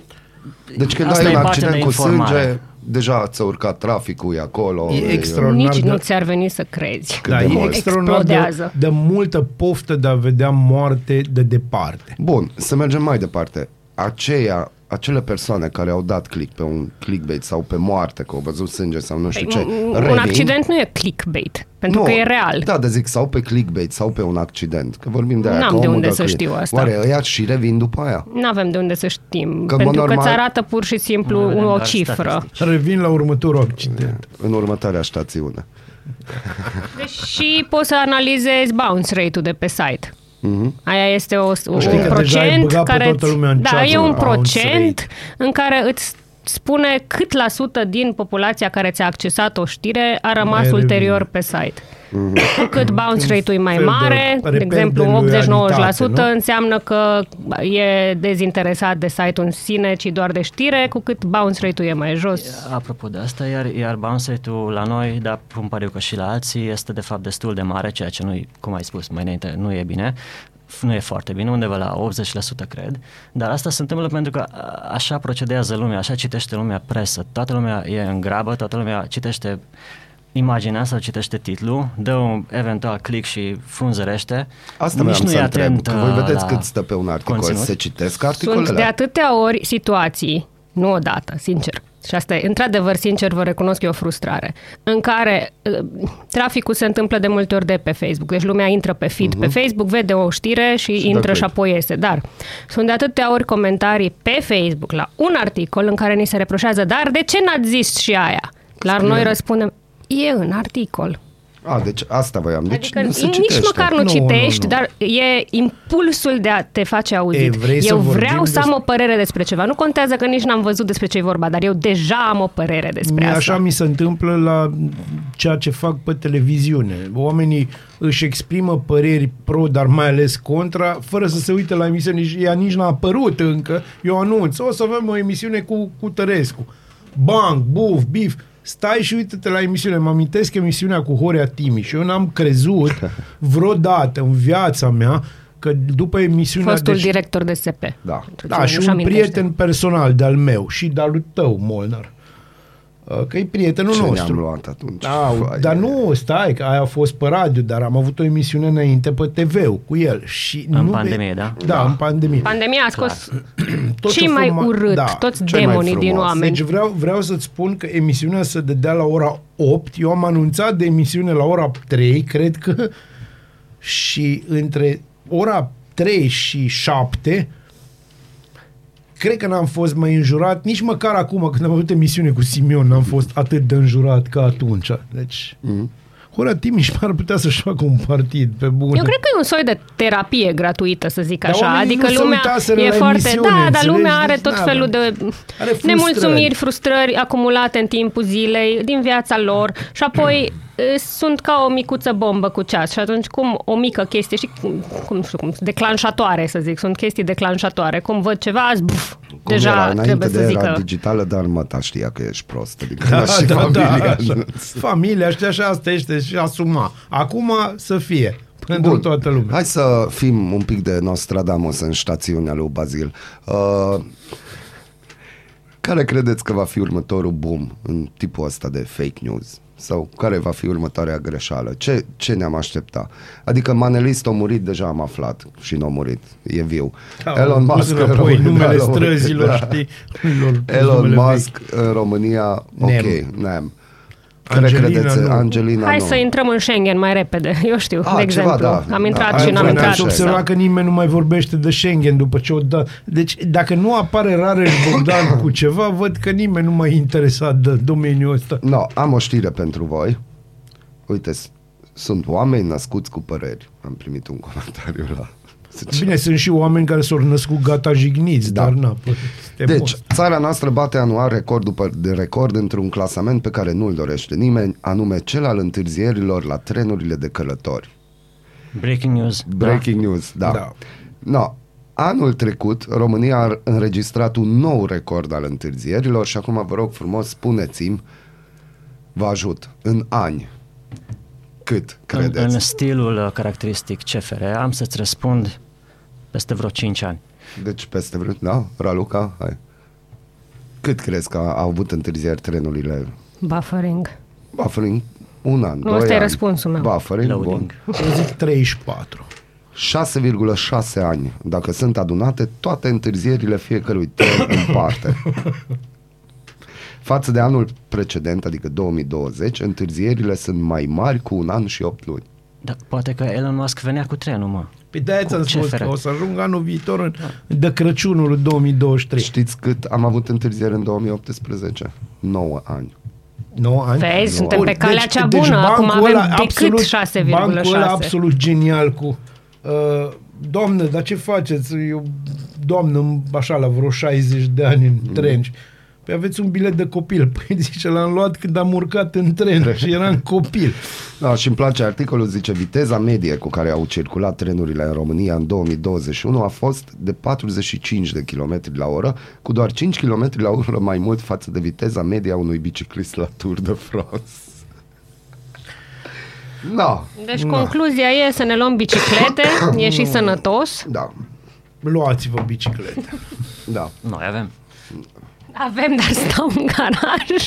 S1: Deci când
S5: asta
S1: ai
S5: e
S1: un
S5: partea de
S1: accident cu
S5: informare.
S1: sânge, deja ți-a urcat traficul e acolo.
S2: E extraordinar.
S4: Nici
S2: da.
S4: nu ți-ar veni să crezi.
S1: Cât
S2: Da,
S1: de
S2: e
S1: mult.
S2: extraordinar de,
S4: Explodează.
S2: de multă poftă de a vedea moarte de departe.
S1: Bun, să mergem mai departe. Aceia, acele persoane care au dat click pe un clickbait sau pe moarte, că au văzut sânge sau nu știu ce,
S4: Păi, Un
S1: revin.
S4: accident nu e clickbait, pentru
S1: Nu,
S4: că e real.
S1: Da, de zic, sau pe clickbait, sau pe un accident. Că vorbim de aia.
S4: N-am
S1: că
S4: de
S1: omul
S4: unde
S1: dă
S4: să
S1: click.
S4: știu asta.
S1: Oare ăia și revin după aia?
S4: Nu avem de unde să știm,
S1: Că,
S4: că,
S1: mă,
S4: pentru că
S1: normal-
S4: îți arată pur și simplu
S5: Mai vedem
S4: o
S5: doar
S4: cifră.
S2: Revin la următorul accident.
S1: În următoarea stațiune.
S4: Deci și poți să analizezi bounce rate-ul de pe site. Aia este o, o, un
S1: Știi că
S2: deja ai
S4: procent
S2: băgat pe
S4: care
S2: toată
S4: îți-
S2: lumea în
S4: da,
S2: ceață
S4: e un
S2: la bounce
S4: procent în care îți spune cât la sută din populația care ți-a accesat o știre a rămas
S2: Mai
S4: ulterior pe site. Cu cât bounce rate-ul e mai
S2: fel de
S4: mare, de,
S2: reper de
S4: exemplu
S2: loialitate,
S4: 80-90%,
S2: nu?
S4: înseamnă că e dezinteresat de site-ul în sine, ci doar de știre, cu cât bounce rate-ul e mai jos.
S5: Apropo de asta, iar, iar bounce rate-ul la noi, dar îmi pare că și la alții, este de fapt destul de mare, ceea ce nu cum ai spus mai înainte, nu e bine. F- Nu e foarte bine, undeva la 80% cred, dar asta se întâmplă pentru că a, așa procedează lumea, așa citește lumea presă, toată lumea e în grabă, toată lumea citește imaginea sau citește titlul, dă un eventual click și frunzărește.
S1: Asta
S5: Nici
S1: vreau
S5: nu
S1: să
S5: e
S1: întreb,
S5: atent
S1: că voi
S5: uh,
S1: vedeți
S5: la
S1: cât stă pe un articol.
S5: conținut.
S1: Se citesc articolele?
S4: Sunt de atâtea ori situații, nu odată, sincer. Și asta e, într-adevăr, sincer, vă recunosc că e o frustrare, în care uh, traficul se întâmplă de multe ori de pe Facebook. Deci lumea intră pe feed pe Facebook, vede o știre și,
S1: Și
S4: și intră
S1: dă
S4: și
S1: click.
S4: apoi iese. Dar sunt de atâtea ori comentarii pe Facebook la un articol în care ni se reproșează, dar de ce n-ați zis și aia? Dar noi răspundem, e în articol.
S1: A, deci asta voiam. Deci
S4: Adică
S1: nu se
S4: nici
S1: citește.
S4: măcar nu,
S2: Nu,
S4: citești,
S2: nu, nu.
S4: dar e impulsul de a te face auzit.
S2: Ei, vrei să
S4: eu
S2: vorbim
S4: vreau să am
S2: despre-
S4: o părere despre ceva. Nu contează că nici n-am văzut despre ce e vorba, dar eu deja am o părere despre asta.
S2: Așa mi se întâmplă la ceea ce fac pe televiziune. Oamenii își exprimă păreri pro, dar mai ales contra, fără să se uite la emisiune. Nici- Ea nici n-a apărut încă. Eu anunț, o să avem o emisiune cu, cu Tărescu. Bang, buf, bif. Stai și uite-te la emisiune. Mă amintesc emisiunea cu Horea Timi și eu n-am crezut vreodată în viața mea că după emisiunea...
S4: Fostul
S2: deși-
S4: director de SP.
S1: Da.
S4: Pentru
S2: Da,
S4: cine
S2: și
S4: nu-și
S2: un
S4: amintește.
S2: prieten personal de-al meu și de-al tău, Molnar. Uh, Că e prietenul
S1: Ce ne-am
S2: nostru.
S1: luat atunci?
S2: Da,
S1: Vai,
S2: dar
S1: e-
S2: nu, stai, că aia a fost pe radio, dar am avut o emisiune înainte pe TV cu el. Și
S5: În
S2: nu
S5: pandemie, da?
S2: Da, în pandemie.
S4: Pandemia a scos
S2: Tot
S4: cei
S2: ce
S4: mai
S2: fruma-
S4: urât,
S2: da.
S4: toți
S1: cei mai
S4: demonii din
S1: frumos.
S4: oameni.
S2: Deci vreau, vreau să-ți spun că emisiunea se dădea la ora 8. Eu am anunțat de emisiune la ora 3, cred că, și între ora 3 și 7 cred că n-am fost mai înjurat, nici măcar acum, când am avut emisiune cu Simion, n-am fost atât de înjurat ca atunci. Deci, mm Horea Timiș ar putea să-și facă un partid, pe bune.
S4: Eu cred că e un soi de terapie gratuită, să zic
S2: Dar
S4: așa.
S2: oamenii
S4: Adică
S2: nu se
S4: lumea
S2: uitaseră
S4: e
S2: la
S4: foarte...
S2: emisiune,
S4: da, dar lumea
S2: înțelegi?
S4: are
S2: Deci,
S4: tot
S2: na,
S4: felul
S2: da.
S4: de
S2: Are frustrări.
S4: nemulțumiri, frustrări acumulate în timpul zilei, din viața lor și apoi e, sunt ca o micuță bombă cu ceas și atunci cum o mică chestie și cum, cum, nu știu cum, declanșatoare să zic, sunt chestii declanșatoare. Cum văd ceva, zbuf,
S1: Cum
S4: deja
S1: era, înainte
S4: trebuie
S1: de
S4: să
S1: era
S4: zică...
S1: digitală, dar mă, ta știa că ești prost. Adică da, și familia.
S2: așa. Familia, știi, așa, asta este și asuma. Acum să fie. Pentru
S1: Bun.
S2: toată lumea.
S1: Hai să fim un pic de Nostradamus în stațiunea lui Bazil. Uh, care credeți că va fi următorul boom în tipul ăsta de fake news? Sau care va fi următoarea greșeală? Ce, ce ne-am aștepta? Adică Manelist a murit, deja am aflat și nu a murit, e viu.
S2: Da, am pus înapoi numele străzilor, știi? Lor,
S1: da, Elon
S2: numele
S1: Musk în România,
S2: Nem.
S1: ok, nem. Care
S2: Angelina,
S1: credeți?
S2: nu.
S1: Angelina
S4: Hai
S1: nu.
S4: să intrăm în Schengen mai repede, eu știu,
S1: Ah,
S4: de
S1: ceva,
S4: exemplu.
S1: da.
S4: Am intrat
S1: Da,
S4: și
S1: ai
S4: n-am
S1: voie,
S4: intrat.
S1: ați
S2: Ați observat
S4: Sau-
S2: că nimeni nu mai vorbește de Schengen după ce o da. Deci, dacă nu apare rar Bogdan cu ceva, văd că nimeni nu mai e interesat de domeniul ăsta.
S1: No, am o știre pentru voi. uite, s- sunt oameni născuți cu păreri. Am primit un comentariu la...
S2: Bine, sunt și oameni care s-au născut gata jigniți,
S1: Da.
S2: dar na, pă, suntem
S1: Deci, țara noastră bate anual record după de record într-un clasament pe care nu-l dorește nimeni, anume cel al întârzierilor la trenurile de călători.
S5: Breaking news.
S1: Breaking news, da.
S2: Da.
S1: da. No, anul trecut, România a înregistrat un nou record al întârzierilor și acum vă rog frumos, spuneți-mi, vă ajut, în ani, cât
S5: Da. În,
S1: credeți?
S5: în stilul uh, caracteristic CFR am să-ți răspund peste vreo 5 ani.
S1: Deci peste vreo... Da? Raluca? Hai. Cât crezi că au avut întârzieri trenurile?
S4: Buffering.
S1: Buffering? Un an,
S4: Nu,
S1: doi
S4: ăsta e
S1: ani.
S4: răspunsul meu.
S1: Buffering,
S5: Loading.
S1: bun.
S2: Eu zic 34.
S1: 6,6 ani. Dacă sunt adunate toate întârzierile fiecărui tren în parte. Față de anul precedent, adică 2020, întârzierile sunt mai mari cu un an și 8 luni.
S5: Dar Da, poate că Elon Musk venea cu trenul, mă.
S2: Pe de aia
S5: Cu
S2: Păi ți-am spus
S5: CFR.
S2: că o să ajung anul viitor în, de Crăciunul 2023.
S1: Știți cât am avut întârzieri în 2018? 9 ani.
S2: 9 ani.
S4: Vezi, suntem
S2: Bun.
S4: pe calea cea bună. Acum
S2: deci, bancul
S4: avem
S2: ăla
S4: decât 6,6.
S2: Bancul ăla absolut genial cu... Uh, doamnă, dar ce faceți? Eu, doamnă, așa, la vreo 60 de ani în tren. Și, Păi aveți un bilet de copil. Păi zice, l-am luat când am urcat în tren și eram copil.
S1: Da, și îmi place articolul, zice, viteza medie cu care au circulat trenurile în România în 2021 a fost de 45 de km la oră, cu doar 5 km la oră mai mult față de viteza medie a unui biciclist la Tour de France. Da,
S4: Deci concluzia e să ne luăm biciclete, e și sănătos.
S1: da,
S2: Luați-vă biciclete.
S1: da.
S5: Noi avem.
S4: Avem, dar stau în garaj.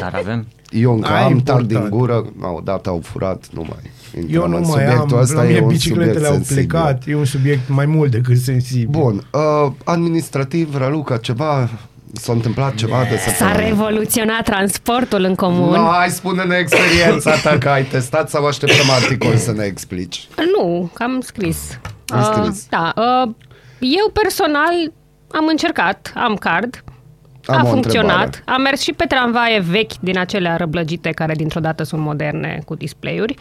S5: Dar avem.
S1: Eu încă
S2: Ai
S1: am tar
S2: Ah, important.
S1: din gură, no, odată au furat, nu mai intrăm
S2: Eu nu
S1: în
S2: mai am,
S1: subiectul ăsta,
S2: la mine
S1: e un
S2: bicicletele
S1: subiect
S2: au
S1: sensibil.
S2: plecat. E un subiect mai mult decât sensibil.
S1: Bun, uh, administrativ, Raluca, ceva, s-a întâmplat ceva de
S4: S-a
S1: săptămână.
S4: revoluționat transportul în comun.
S1: No, hai spune-ne experiența ta că ai testat sau așteptăm articol să ne explici.
S4: Nu, că am scris.
S1: Ai scris.
S4: da. Uh, eu personal am încercat, am card,
S1: Am
S4: a
S1: o
S4: funcționat,
S1: întrebare.
S4: am mers și pe tramvaie vechi din acelea răblăgite care dintr-o dată sunt moderne cu display-uri.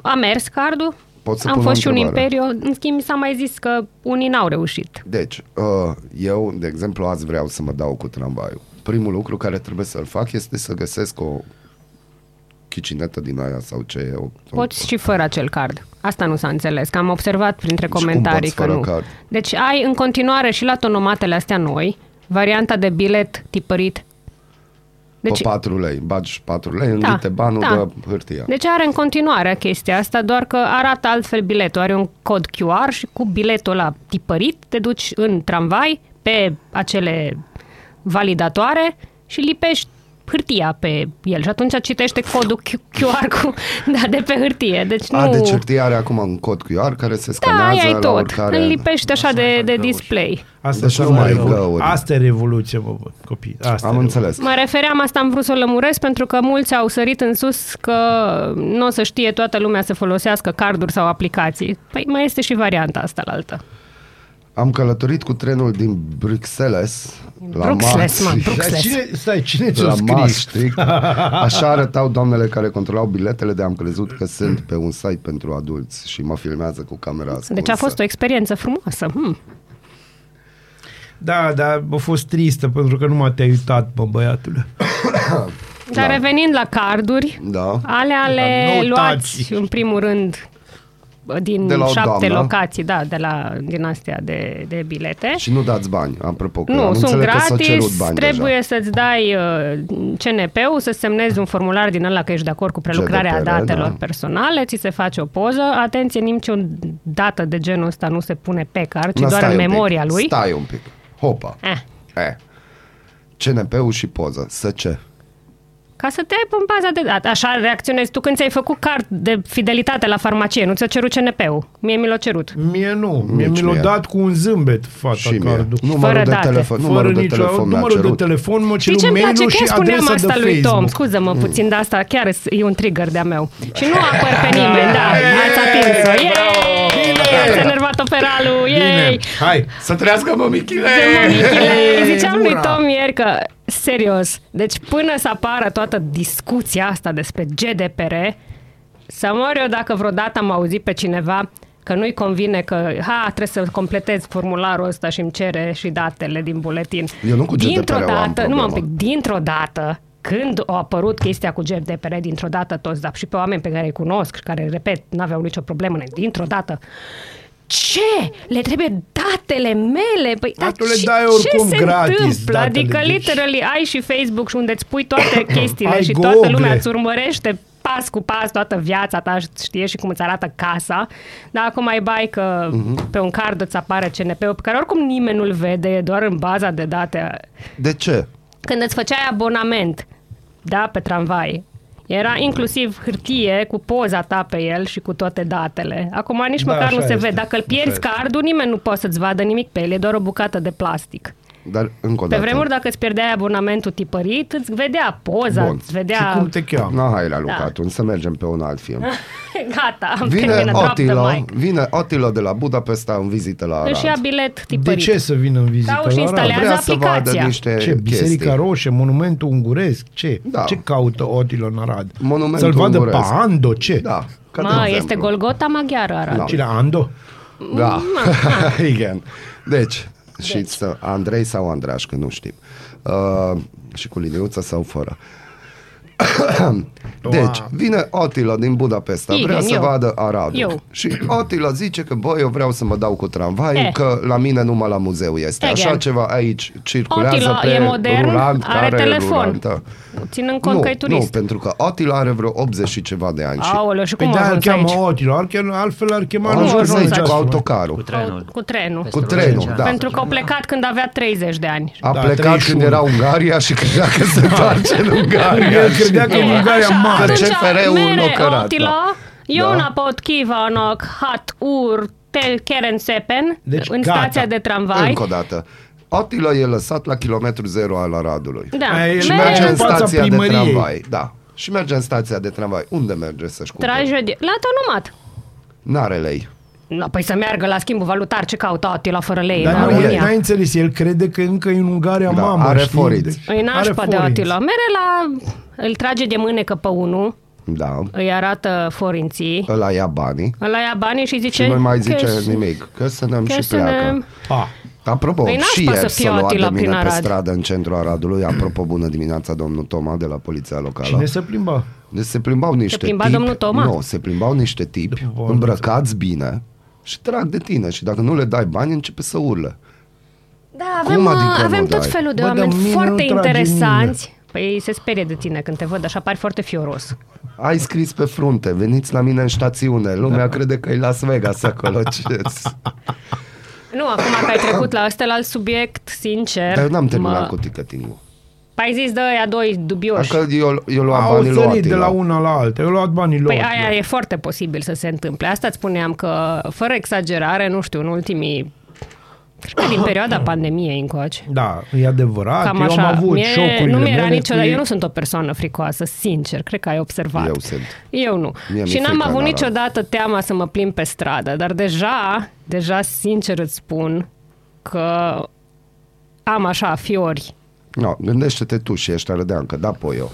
S4: A mers cardul,
S1: Pot să
S4: am
S1: pun o
S4: fost și un
S1: întrebare?
S4: imperiu, în schimb mi s-a mai zis că unii n-au reușit.
S1: Deci, uh, eu, de exemplu, azi vreau să mă dau cu tramvaiul. Primul lucru care trebuie să-l fac este să găsesc o chicinetă din aia sau ce e. O,
S4: Poți și fără acel card. Asta nu s-a înțeles, că am observat printre
S1: cum
S4: comentarii
S1: poți
S4: că
S1: fără
S4: nu.
S1: card?
S4: Deci ai în continuare și la tonomatele astea noi varianta de bilet tipărit.
S1: deci, pe 4 lei. Bagi 4 lei,
S4: Da,
S1: înghite banul
S4: da.
S1: de hârtia.
S4: Deci are în continuare chestia asta, doar că arată altfel biletul. Are un cod QR și cu biletul ăla tipărit te duci în tramvai pe acele validatoare și lipești hârtia pe el și atunci citește codul Q- QR cu, da, de pe hârtie. Deci nu...
S1: A, deci hârtia are acum un cod QR care se
S4: da,
S1: scanează
S4: aia e
S1: la
S4: tot.
S1: oricare...
S4: Îl lipești așa de, de display.
S2: Asta,
S1: Deci
S2: sunt
S1: nu mai
S2: revolu-
S1: găuri.
S2: asta e revoluție, mă, bă, copii. Asta
S1: Am
S2: e
S1: înțeles.
S4: Mă refeream, asta am vrut să lămuresc, pentru că mulți au sărit în sus că nu o să știe toată lumea să folosească carduri sau aplicații. Păi mai este și varianta asta la altă.
S1: Am călătorit cu trenul din Bruxelles la
S4: Bruxelles, mă,
S1: Marți.
S2: Dar
S4: Bruxelles.
S2: cine, stai, cine ți-a
S1: la
S2: scris?
S1: Maastricht. Așa arătau doamnele care controlau biletele de am crezut că sunt pe un site pentru adulți și mă filmează cu camera ascunsă.
S4: Deci a fost o experiență frumoasă. Hmm.
S2: Da, da, a fost tristă pentru că nu m-a te-ai uitat, bă, băiatule.
S4: Dar revenind la carduri,
S1: Da.
S4: alea
S2: La
S4: le
S2: noutăți.
S4: luați în primul rând din
S1: De la o
S4: șapte
S1: doamnă.
S4: locații, da, de la, din astea de, de bilete.
S1: Și nu dați bani, apropo, că
S4: Nu,
S1: am
S4: sunt
S1: înțeles că s-a cerut
S4: gratis,
S1: bani
S4: trebuie
S1: deja.
S4: să-ți dai uh, CNP-ul, să semnezi un formular din ăla că ești de acord cu prelucrarea
S1: GDPR,
S4: datelor
S1: da.
S4: personale, ți se face o poză. Atenție, niciun dată de genul ăsta nu se pune pe card, ci
S1: Na,
S4: doar
S1: stai
S4: în
S1: un pic,
S4: memoria lui.
S1: Stai un pic. Hopa.
S4: Eh,
S1: Eh. CNP-ul și poză. Să ce?
S4: ca să te ai în baza de date. Așa reacționezi tu când ți-ai făcut card de fidelitate la farmacie, nu ți-a cerut CNP-ul. Mie mi l-a cerut.
S2: Mie nu, mie
S1: Nici
S2: mi l-a
S1: mie.
S2: dat cu un zâmbet, fata
S1: Și mie.
S2: cardul.
S1: Numărul
S4: Fără
S1: de
S4: date.
S1: telefon,
S2: Fără
S1: numărul de
S2: nici
S1: telefon mi-a
S2: numărul de
S1: cerut.
S2: telefon, mă,
S4: Știi
S2: cerut
S4: ce îmi
S2: mail
S4: place?
S2: și
S4: Chiar spuneam
S2: adresa
S4: asta
S2: de
S4: lui Tom.
S2: Facebook. Mm.
S4: Scuză-mă puțin, de asta chiar s- e un trigger de-a meu. Și nu apăr pe nimeni, da. Ați atins-o. Yay! Ați enervat-o pe Ralu.
S2: Bine,
S4: Yay!
S2: hai.
S1: Să trăiască mămichile!
S4: Michile, Ziceam lui
S2: Ura!
S4: Tom ieri că, serios, deci până să apară toată discuția asta despre GDPR, Să mor eu dacă vreodată am auzit pe cineva că nu-i convine că, ha, trebuie să completez formularul ăsta și îmi cere și datele din buletin.
S1: Eu nu cu
S4: dintr-o
S1: GDPR-ul am
S4: dată, nu mă
S1: problemă.
S4: pic, dintr-o dată, când a apărut chestia cu GDPR, dintr-o dată toți, dar și pe oameni pe care îi cunosc și care, repet, n-aveau nicio problemă, ne- dintr-o dată, ce? Le trebuie datele mele? Păi, dar
S2: Tu le
S4: ce-
S2: dai oricum
S4: ce se
S2: gratis
S4: întâmplă?
S2: datele,
S4: Adică,
S2: deci-
S4: literally, ai și Facebook și unde îți pui toate chestiile
S2: Ai
S4: și
S2: Google.
S4: toată lumea îți urmărește pas cu pas toată viața ta, știe și cum îți arată casa, dar acum ai bai că
S2: Mhm.
S4: pe un card îți apare CNP-ul, pe care oricum nimeni nu-l vede, e doar în baza de date.
S1: De ce?
S4: Când îți făceai abonament, da, pe tramvai, era inclusiv hârtie cu poza ta pe el și cu toate datele. Acum nici
S2: Da,
S4: măcar
S2: așa
S4: nu se
S2: este.
S4: vede. Dacă îl pierzi
S2: Așa
S4: cardul, nimeni nu poate să-ți vadă nimic pe el, e doar o bucată de plastic.
S1: Dar încă o
S4: Pe
S2: Da,
S1: dată.
S4: vremuri, dacă îți pierdeai abonamentul tipărit, îți vedea poza,
S1: Bun.
S4: îți vedea...
S2: Și cum te cheamă?
S1: Na, hai la Luca,
S4: Da.
S1: atunci să mergem pe un alt film.
S4: Gata, am
S1: Vine
S4: terminat, drop the
S1: Otilo,
S4: mic.
S1: vine Otilo de la Budapesta în vizită la Arad.
S4: Își ia bilet
S2: De
S4: tipărit.
S2: ce să vină în vizită?
S4: Sau și
S2: la Arad?
S4: instalează
S1: Vrea să vadă
S4: aplicația.
S1: niște
S2: Ce? Biserica
S1: chestii.
S2: Roșie, monumentul unguresc? Ce?
S1: Da.
S2: Ce caută Otilo în Arad?
S1: Monumentul
S2: Să-l vadă
S1: unguresc.
S2: pe Ando? Ce?
S1: Da. ca de
S4: Mă,
S1: exemplu.
S4: este Golgota maghiară, Arad.
S1: Da.
S2: Cine, Ando?
S4: Mm,
S1: Da, igen. Deci, și să Andrei sau Andraș, că nu știm. Uh, și cu liniuță sau fără. Deci, vine Otilo din Budapesta,
S4: Igen,
S1: vrea să
S4: eu.
S1: vadă Aradul.
S4: Eu.
S1: Și Otilo zice că, băi, eu vreau să mă dau cu tramvaiul,
S4: Eh.
S1: că la mine numai la muzeu este.
S4: Igen.
S1: Așa ceva aici circulează
S4: Otilo
S1: pe
S4: e modern,
S1: rulant,
S4: are
S1: care
S4: telefon.
S1: E rulantă.
S4: Ținând cont că e
S1: nu,
S4: turist.
S1: nu, pentru că Otilo are vreo 80 și ceva de ani. și
S4: Aoleu, și
S2: Păi
S4: cum
S2: de
S4: a
S2: îl
S4: ajuns
S2: cheamă
S4: aici?
S2: Otilo, altfel- altfel ar chema...
S1: a
S4: nu
S1: ajuns
S4: ajung
S1: aici
S4: aici.
S1: cu
S5: Cu
S1: autocarul.
S5: trenul.
S4: Cu trenul.
S1: Cu
S5: Peste
S1: trenul,
S5: 110
S1: da.
S5: ani.
S4: Pentru că au plecat când avea 30 de ani.
S1: A da,
S2: Da,
S1: plecat
S2: 31.
S1: când era Ungaria și Da. credea că se întoarce în Ungaria.
S2: Păi El credea că e Bulgaria
S4: Așa,
S2: mare.
S4: atunci,
S1: CFR-ul
S4: mere
S1: înlocărat,
S4: Otilo,
S1: da.
S4: Iona
S1: Da.
S4: pot kivanok hat ur te Keren Sepen
S2: Deci,
S4: în
S2: gata.
S4: stația de tramvai.
S1: Încă o dată. Otilo e lăsat la kilometru zero al Aradului.
S4: Da.
S2: Aia e
S1: Și
S2: Merge
S1: merge
S2: în
S1: în
S2: fața
S1: stația de
S2: primăriei.
S1: tramvai. Da. Și merge în stația de tramvai. Unde merge să-și cumpere?
S4: Tragedie. La autonomat.
S1: N-are lei.
S4: No, păi să meargă la schimbul valutar, ce caută Atila fără lei
S2: Dar
S4: în
S2: nu, el-
S4: România?
S2: n-ai înțeles, el crede că încă e în Ungaria
S1: Da,
S2: mamă.
S1: are
S2: știi?
S1: foriți.
S2: Deci-
S4: Îi nașpa
S2: are
S4: de
S2: foriți.
S4: Atila. Mere la... Îl trage de mânecă pe unul,
S1: Da.
S4: îi arată forinții,
S1: Ăla ia banii.
S4: îl ia banii și zice...
S1: Și nu mai zice
S4: "Că-
S1: nimic. Că să ne
S4: că
S1: și
S4: să ne-
S1: pleacă.
S2: A,
S1: Apropo,
S4: Păi n-aș
S1: și
S4: pa
S1: ieri
S4: să fie
S1: să lua de
S4: Attila prin
S1: mine pe
S4: Arad.
S1: stradă în centrul Aradului. Apropo, bună dimineața, domnul Toma de la Poliția Locală.
S2: cine se plimba?
S1: Deci se plimbau niște
S4: plimba
S1: tipi,
S4: domnul Toma?
S1: Nu, se plimbau niște tipi
S2: Doamne.
S1: îmbrăcați bine și trag de tine și dacă nu le dai bani începe să urle.
S4: Da,
S1: Cum
S4: avem,
S1: adică nu
S4: adică avem tot
S1: dai?
S4: felul de
S2: Bă, dar
S4: oameni
S2: mine nu
S4: foarte
S2: trage
S4: interesanți. Păi se sperie de tine când te văd, așa pari foarte fioros.
S1: Ai scris pe frunte, veniți la mine în stațiune,
S2: Da.
S1: lumea crede că e Las Vegas acolo. ce
S4: Nu, acum că ai trecut la ăsta la alt subiect, sincer.
S1: Dar eu n-am terminat
S4: mă-
S1: cu ticketing-ul.
S4: Păi Ai zis de aia doi dubioși.
S1: Dacă eu, eu luam
S2: Au
S1: banii lui
S2: sărit de
S1: Attila.
S2: la una la alta. Eu luat banii lor.
S4: Păi aia
S1: da.
S4: e foarte posibil să se întâmple. Asta îți spuneam că, fără exagerare, nu știu, în ultimii... Cred că din perioada pandemiei încoace.
S2: Da, e adevărat.
S4: Cam
S2: eu
S4: așa.
S2: am avut
S4: Mie
S2: șocurile
S4: nu mi era
S2: mele
S4: niciodată.
S2: cu-
S4: Eu nu sunt o persoană fricoasă, sincer, cred că ai observat.
S1: Eu sunt.
S4: Eu nu.
S1: Mie mi-e
S4: și n-am
S1: frică,
S4: avut
S1: Nara.
S4: niciodată teama să mă plimb pe stradă, dar deja, deja sincer îți spun că am așa fiori.
S1: No, gândește-te tu și ești arădean, că da, po eu.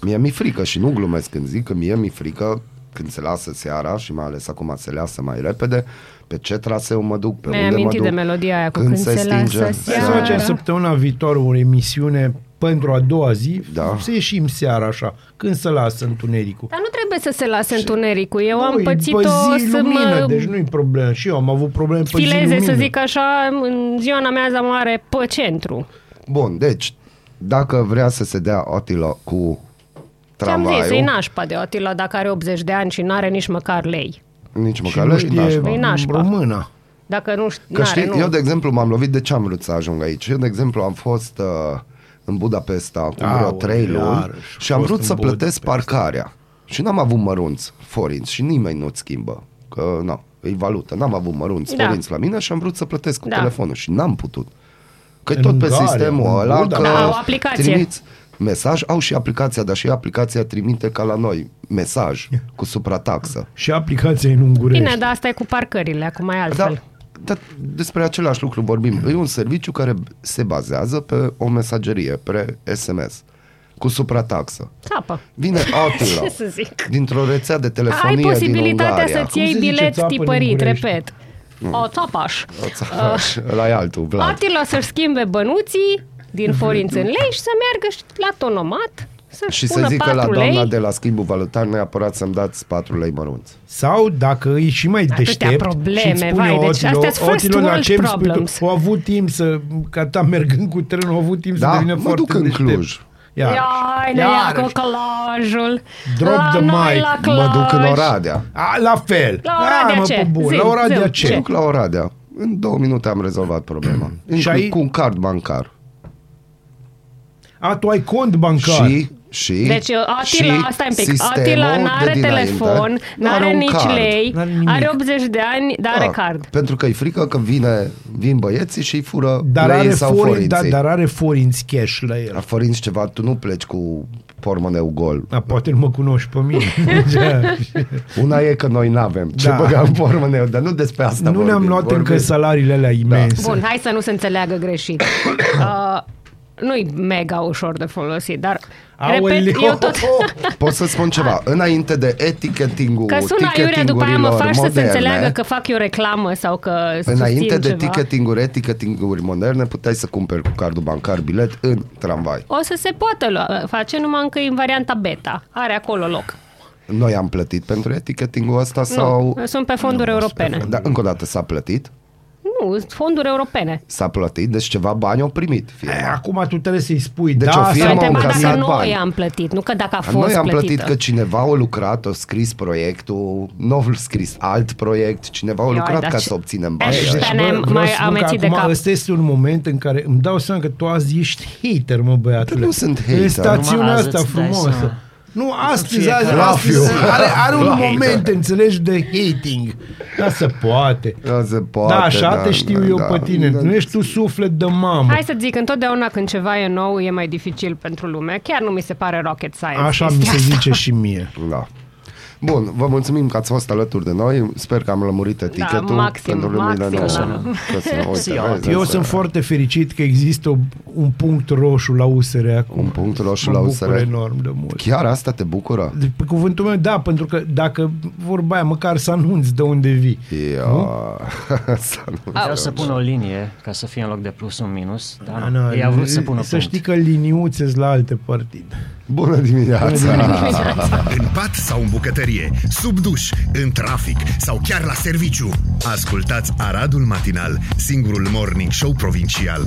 S1: Mie mi frică și nu glumesc când zic că mie mi frică când se lasă seara și mai ales acum se lasă mai repede, pe ce traseu mă duc, pe
S4: Mi-ai
S1: unde mă
S4: amintit
S1: duc.
S4: de melodia aia cu când se lasă
S2: Hai să
S4: Seara.
S2: facem săptămâna viitoare o emisiune pentru a doua zi,
S1: Da.
S2: să ieșim seara așa, când se lasă întunericul.
S4: Dar nu trebuie să se lase întunericul. Eu am
S2: Nu, e
S4: pățit-o
S2: pe zi
S4: să
S2: lumină,
S4: mă
S2: deci nu-i problemă. Și eu am avut probleme pe zi
S4: fileze,
S2: lumină.
S4: să zic așa, în ziua mea zi mare, pe centru.
S1: Bun, deci, dacă vrea să se dea Otilo cu
S4: Ți-am zis, e
S1: tramvaiul,
S4: nașpa de Otila dacă are 80 de ani și nu are nici măcar lei.
S1: nici
S2: Și
S1: măcar
S2: nu
S1: lei, n-aș
S4: E
S1: fa.
S2: știe
S4: nașpa.
S2: româna.
S4: Dacă nu știu,
S1: Că
S4: n-are,
S1: știi,
S4: nu.
S1: eu, de exemplu, m-am lovit de ce am vrut să ajung aici. Eu, de exemplu, am fost uh, în Budapesta acum vreo
S2: Aoleu,
S1: trei luni
S2: iarăși,
S1: și am
S2: fost
S1: vrut
S2: în
S1: să plătesc
S2: Budapesta.
S1: parcarea. Și n-am avut mărunți, forinți și nimeni nu-ți schimbă. Că, nu, e valută. N-am avut mărunți,
S4: Da.
S1: forinți la mine și am vrut să plătesc cu
S4: Da.
S1: telefonul și n-am putut. Că e
S2: În
S1: tot pe
S2: Ungaria,
S1: sistemul
S2: în
S1: ăla că
S2: Budapesta.
S4: Da, au aplicație.
S1: trimiți mesaj, au și aplicația, dar și aplicația trimite ca la noi mesaj cu suprataxă.
S2: Și aplicația e în ungurești.
S4: Bine, da. dar asta e cu parcările, acum e altfel.
S1: Da, dar despre același lucru vorbim. E un serviciu care se bazează pe o mesagerie, pe SMS. cu suprataxă.
S4: Țapă.
S1: Vine Atila
S4: Ce să zic?
S1: dintr-o rețea de telefonie
S4: Ai posibilitatea
S1: din Ungaria.
S4: să-ți iei
S2: Cum se zice
S4: bilet
S2: țapă în
S4: tipărit,
S2: București?
S4: repet. O, țapaș.
S1: La altul, Vlad.
S4: Atila să-și schimbe bănuții din forinți în lei și să meargă și la tonomat să-și
S1: Și să
S4: pună
S1: zică la
S4: 4
S1: doamna
S4: lei.
S1: de la schimbul valutar neapărat să-mi dați 4 lei mărunți.
S2: Sau dacă e și mai deștept
S4: probleme,
S2: și îți spune
S4: vai, deci
S2: Otilo,
S4: astea-s first
S2: Otilo, la
S4: world
S2: ce îmi spui
S4: problems."
S2: tu? Au avut timp să, ca ta mergând cu trenul, au avut timp
S1: Da,
S2: să devină
S1: mă
S2: foarte
S1: duc în
S2: deștept.
S1: Cluj.
S2: Iarăși.
S4: Iai, ne ia
S2: Iarăși.
S4: cocalajul.
S2: Drop
S4: la
S2: the
S4: noi,
S2: mic.
S4: la
S1: Mă
S4: Cluj.
S1: duc în Oradea.
S2: A, la fel.
S4: La Oradea
S2: A, mă,
S4: ce?
S2: pe Bun.
S4: Zim,
S2: la Oradea
S4: zim,
S2: ce?
S4: ce?
S1: Duc la Oradea. În două minute am rezolvat problema.
S2: Și
S1: Și
S2: ai-
S1: Cu un card bancar.
S2: A, tu ai cont bancar.
S1: Și, și,
S4: Deci Atila,
S1: și
S4: stai un pic,
S1: sistemul
S4: Atila
S1: de
S4: n-are
S1: dinainte
S4: telefon,
S1: nu
S4: n-are
S1: un
S4: nici
S1: card.
S4: lei,
S2: N-are nimic.
S4: are 80 de ani, dar are
S1: Da,
S4: card.
S1: Pentru că e frică că vine, vin băieții și îi fură
S2: Dar
S1: lei
S2: are,
S1: sau
S2: forinți,
S1: forinții.
S2: da, dar are forinți cash la el.
S1: La forinți ceva, tu nu pleci cu pormoneu gol.
S2: A, poate nu mă cunoști pe mine. Da.
S1: Una e că noi n-avem ce
S2: Da.
S1: da. băgăm pormoneu, dar nu despre asta
S2: nu ne-am
S1: vorbim,
S2: luat
S1: vorbim.
S2: încă salariile alea
S4: Da.
S2: imense.
S4: Bun, hai să nu se înțeleagă greșit. Uh, nu-i mega ușor de folosit, dar repet, eu tot...
S1: Pot să spun ceva, înainte de etichetingul
S4: Că sună aiurea, după aia mă faci să se înțeleagă că fac eu reclamă sau că
S1: eh? Păi Înainte
S4: susțin
S1: de
S4: ceva.
S1: ticketing-uri, eticheting-uri moderne, puteai să cumperi cu cardul bancar bilet în tramvai.
S4: O să se poată lua, face numai încă în varianta beta. Are acolo loc.
S1: Noi am plătit pentru eticheting-ul ăsta sau...
S4: Nu, sunt pe fonduri europene.
S1: Dar încă o dată s-a plătit?
S4: Nu, sunt fonduri europene.
S1: S-a plătit, deci ceva bani au primit
S2: E,
S1: firma.
S2: Acum tu trebuie să-i spui.
S1: Deci
S2: da,
S1: o firmă Firma
S2: sau-
S4: Ai
S1: a
S4: întrebat
S1: încasat
S4: dacă noi
S1: bani.
S4: am plătit, nu că dacă a fost
S1: Noi am plătit
S4: plătită.
S1: că cineva a lucrat, a scris proiectul, nu a scris alt proiect, cineva a
S4: Ioi,
S1: lucrat
S4: dar
S1: ca
S4: ce-
S1: să obținem
S4: Așa.
S1: bani.
S4: Deci,
S2: Deci,
S4: ne-am
S2: bă, vreau
S4: mai
S2: să spun că
S4: amețit de
S2: acum
S4: cap.
S2: ăsta este un moment în care îmi dau seama că tu azi ești hater, mă băiatule.
S1: Dar nu sunt hater.
S2: E
S5: Numai
S2: stațiunea
S5: azi
S2: asta
S5: îți dai
S2: frumoasă.
S5: seama.
S2: Nu, astăzi,
S5: fiecare-
S2: azi,
S1: Rafiu.
S2: astăzi are, are un
S1: Hater.
S2: moment, înțelegi, de hating. Da, se poate.
S1: Da, se poate,
S2: da așa
S1: da,
S2: te știu
S1: da,
S2: eu
S1: da,
S2: pe tine.
S1: da.
S2: Nu ești tu suflet de mamă.
S4: Hai să zic, întotdeauna când ceva e nou, e mai dificil pentru lume. Chiar nu mi se pare rocket science.
S2: Așa mi
S4: chestia
S2: se
S4: asta.
S2: zice și mie.
S1: Da. Bun, vă mulțumim că ați fost alături de noi. Sper că am lămurit etichetul
S4: Da, maxim,
S1: pentru lumile
S4: maxim,
S1: noastre.
S4: da.
S1: Că să- uite,
S5: Eu
S1: vezi,
S2: Eu
S1: asta-
S2: sunt foarte fericit că există o- un punct roșu la USR acum.
S1: Un punct roșu
S2: Mă
S1: la
S2: bucur
S1: USR.
S2: enorm de mult.
S1: Chiar asta te bucură?
S2: De- Pe cuvântul meu, da, pentru că dacă vorba aia, măcar să anunți de unde vii.
S1: Ia... uh, Să nu-
S5: Vreau să pun o linie ca să fie în loc de plus un minus, dar
S2: Da,
S5: nu.
S2: na,
S5: ei au vrut să pună
S2: Să
S5: punct.
S2: știi că liniuțe la alte partide.
S1: Bună dimineața!
S3: În pat sau în bucătărie, sub duș, în trafic sau chiar la serviciu. Ascultați Aradul Matinal, singurul morning show provincial.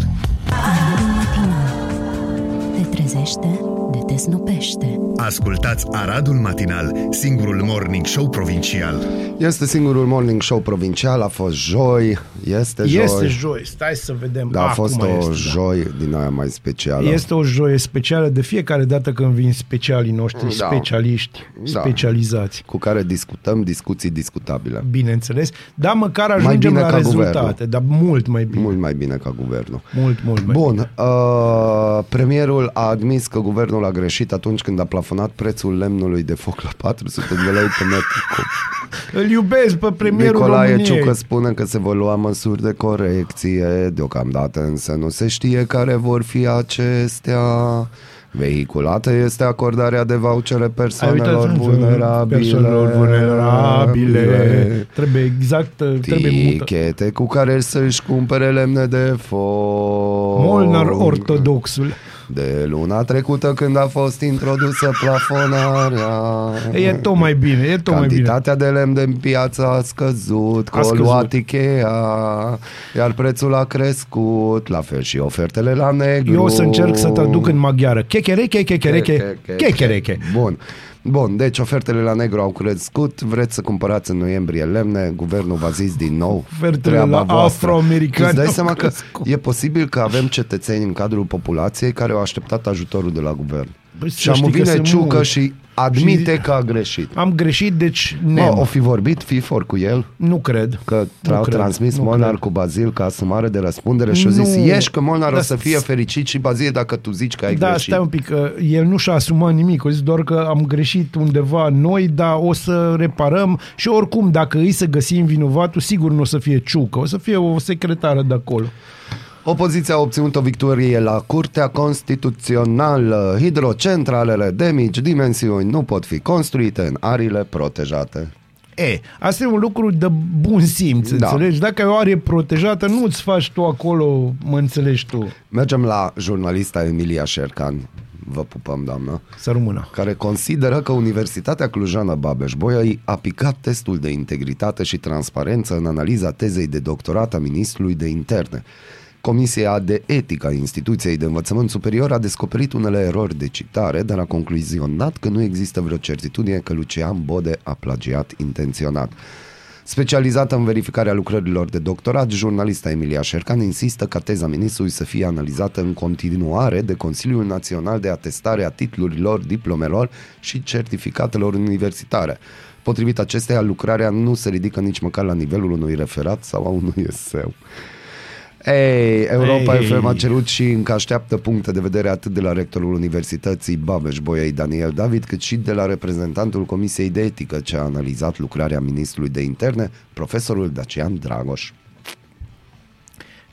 S6: Te trezește, de te snopește.
S3: Ascultați Aradul Matinal, singurul morning show provincial.
S1: Este singurul morning show provincial, a fost joi, este joi.
S2: Este joi, stai să vedem.
S1: Da, a
S2: Acum
S1: fost o
S2: este, da.
S1: joi din aia mai specială.
S2: Este o joie specială de fiecare dată când vin specialii noștri,
S1: Da.
S2: da. specialiști, da.
S1: Da.
S2: specializați.
S1: cu care discutăm discuții discutabile.
S2: Bineînțeles, dar măcar ajungem
S1: bine
S2: la
S1: ca
S2: rezultate,
S1: guvernul.
S2: dar mult mai bine. Mult,
S1: Mult mai bine ca guvernul.
S2: mult, mult mai
S1: Bun, uh, premierul a admis că guvernul a greșit atunci când a plafonat prețul lemnului de foc la 400 de lei pe metru cub.
S2: bine. Îl iubesc pe premierul
S1: Nicolae
S2: României.
S1: Ciucă spune că se vor lua măsuri de corecție, deocamdată însă nu se știe care vor fi acestea. Vehiculată este acordarea de vouchere persoanelor vulnerabile.
S2: Persoanelor vulnerabile. Trebuie exact, uh, trebuie mută.
S1: Tichete cu care să-și cumpere lemne de foc.
S2: Molnar ortodoxul.
S1: De luna trecută când a fost introdusă plafonarea.
S2: E tot mai bine, e tot mai bine.
S1: Cantitatea de lemn din piață a scăzut,
S2: A
S1: că o luat
S2: scăzut.
S1: Ikea, iar prețul a crescut, la fel și ofertele la negru.
S2: Eu o să încerc să traduc în maghiară. Chechereche, chechereche, chechereche.
S1: Bun. Bun, deci ofertele la negru au crescut, vreți să cumpărați în noiembrie lemne, guvernul v-a zis din nou
S2: Ofertele
S1: treaba
S2: la
S1: voastră.
S2: afroamericani
S1: Îți dai
S2: au
S1: seama că
S2: crescut.
S1: e posibil că avem cetățeni în cadrul populației care au așteptat ajutorul de la guvern.
S2: Bă, să
S1: și am
S2: știi că
S1: vine
S2: sunt
S1: Ciucă
S2: mulți.
S1: și admite că a greșit.
S2: Am greșit, deci
S1: Mă, o
S2: ne.
S1: fi vorbit FIFOR cu el?
S2: Nu cred.
S1: Că
S2: Nu
S1: au
S2: cred,
S1: transmis
S2: nu
S1: Molnar
S2: cred.
S1: cu Bazil ca asumare de răspundere și a zis,
S2: Nu.
S1: ieși că Molnar
S2: Da,
S1: o să fie
S2: s-
S1: fericit și Bazil dacă tu zici că ai
S2: Da,
S1: greșit.
S2: stai un pic, că el nu și-a asumat nimic, a zis doar că am greșit undeva noi, dar o să reparăm și oricum, dacă îi să găsim vinovatul, sigur nu o să fie ciucă, o să fie o secretară de acolo.
S1: Opoziția a obținut o victorie la Curtea Constituțională. Hidrocentralele de mici dimensiuni nu pot fi construite în arile protejate.
S2: E, asta e un lucru de bun simț,
S1: Da.
S2: da. înțelegi? Dacă e o are protejată, nu-ți faci tu acolo, mă înțelegi tu,
S1: Mergem la jurnalista Emilia Șercan. Vă pupăm, doamnă.
S2: să rămână.
S1: care consideră că Universitatea Clujană babeș bolyai a picat testul de integritate și transparență în analiza tezei de doctorat a ministrului de interne. Comisia de etică a instituției de învățământ superior a descoperit unele erori de citare, dar a concluzionat că nu există vreo certitudine că Lucian Bode a plagiat intenționat. Specializată în verificarea lucrărilor de doctorat, jurnalista Emilia Șercan insistă ca teza ministrului să fie analizată în continuare de Consiliul Național de Atestare a titlurilor, diplomelor și certificatelor universitare. Potrivit acesteia, lucrarea nu se ridică nici măcar la nivelul unui referat sau a unui eseu. Ei, Europa
S2: Ei.
S1: hey. FM a cerut și încă așteaptă puncte de vedere atât de la rectorul Universității babeș bolyai Daniel David, cât și de la reprezentantul Comisiei de Etică ce a analizat lucrarea ministrului de interne, profesorul Dacian Dragoș.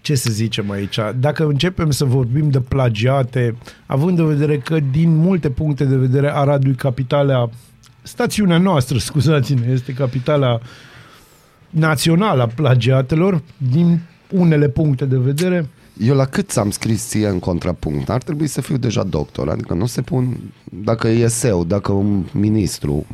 S2: Ce să zicem aici? Dacă începem să vorbim de plagiate, având în vedere că din multe puncte de vedere Aradul e capitala, stațiunea noastră, scuzați-ne, este capitala națională a plagiatelor, din unele puncte de vedere,
S1: Eu la cât am scris ție în contrapunct? Ar trebui să fiu deja doctor, adică nu se pun... Dacă e SEU, dacă un ministru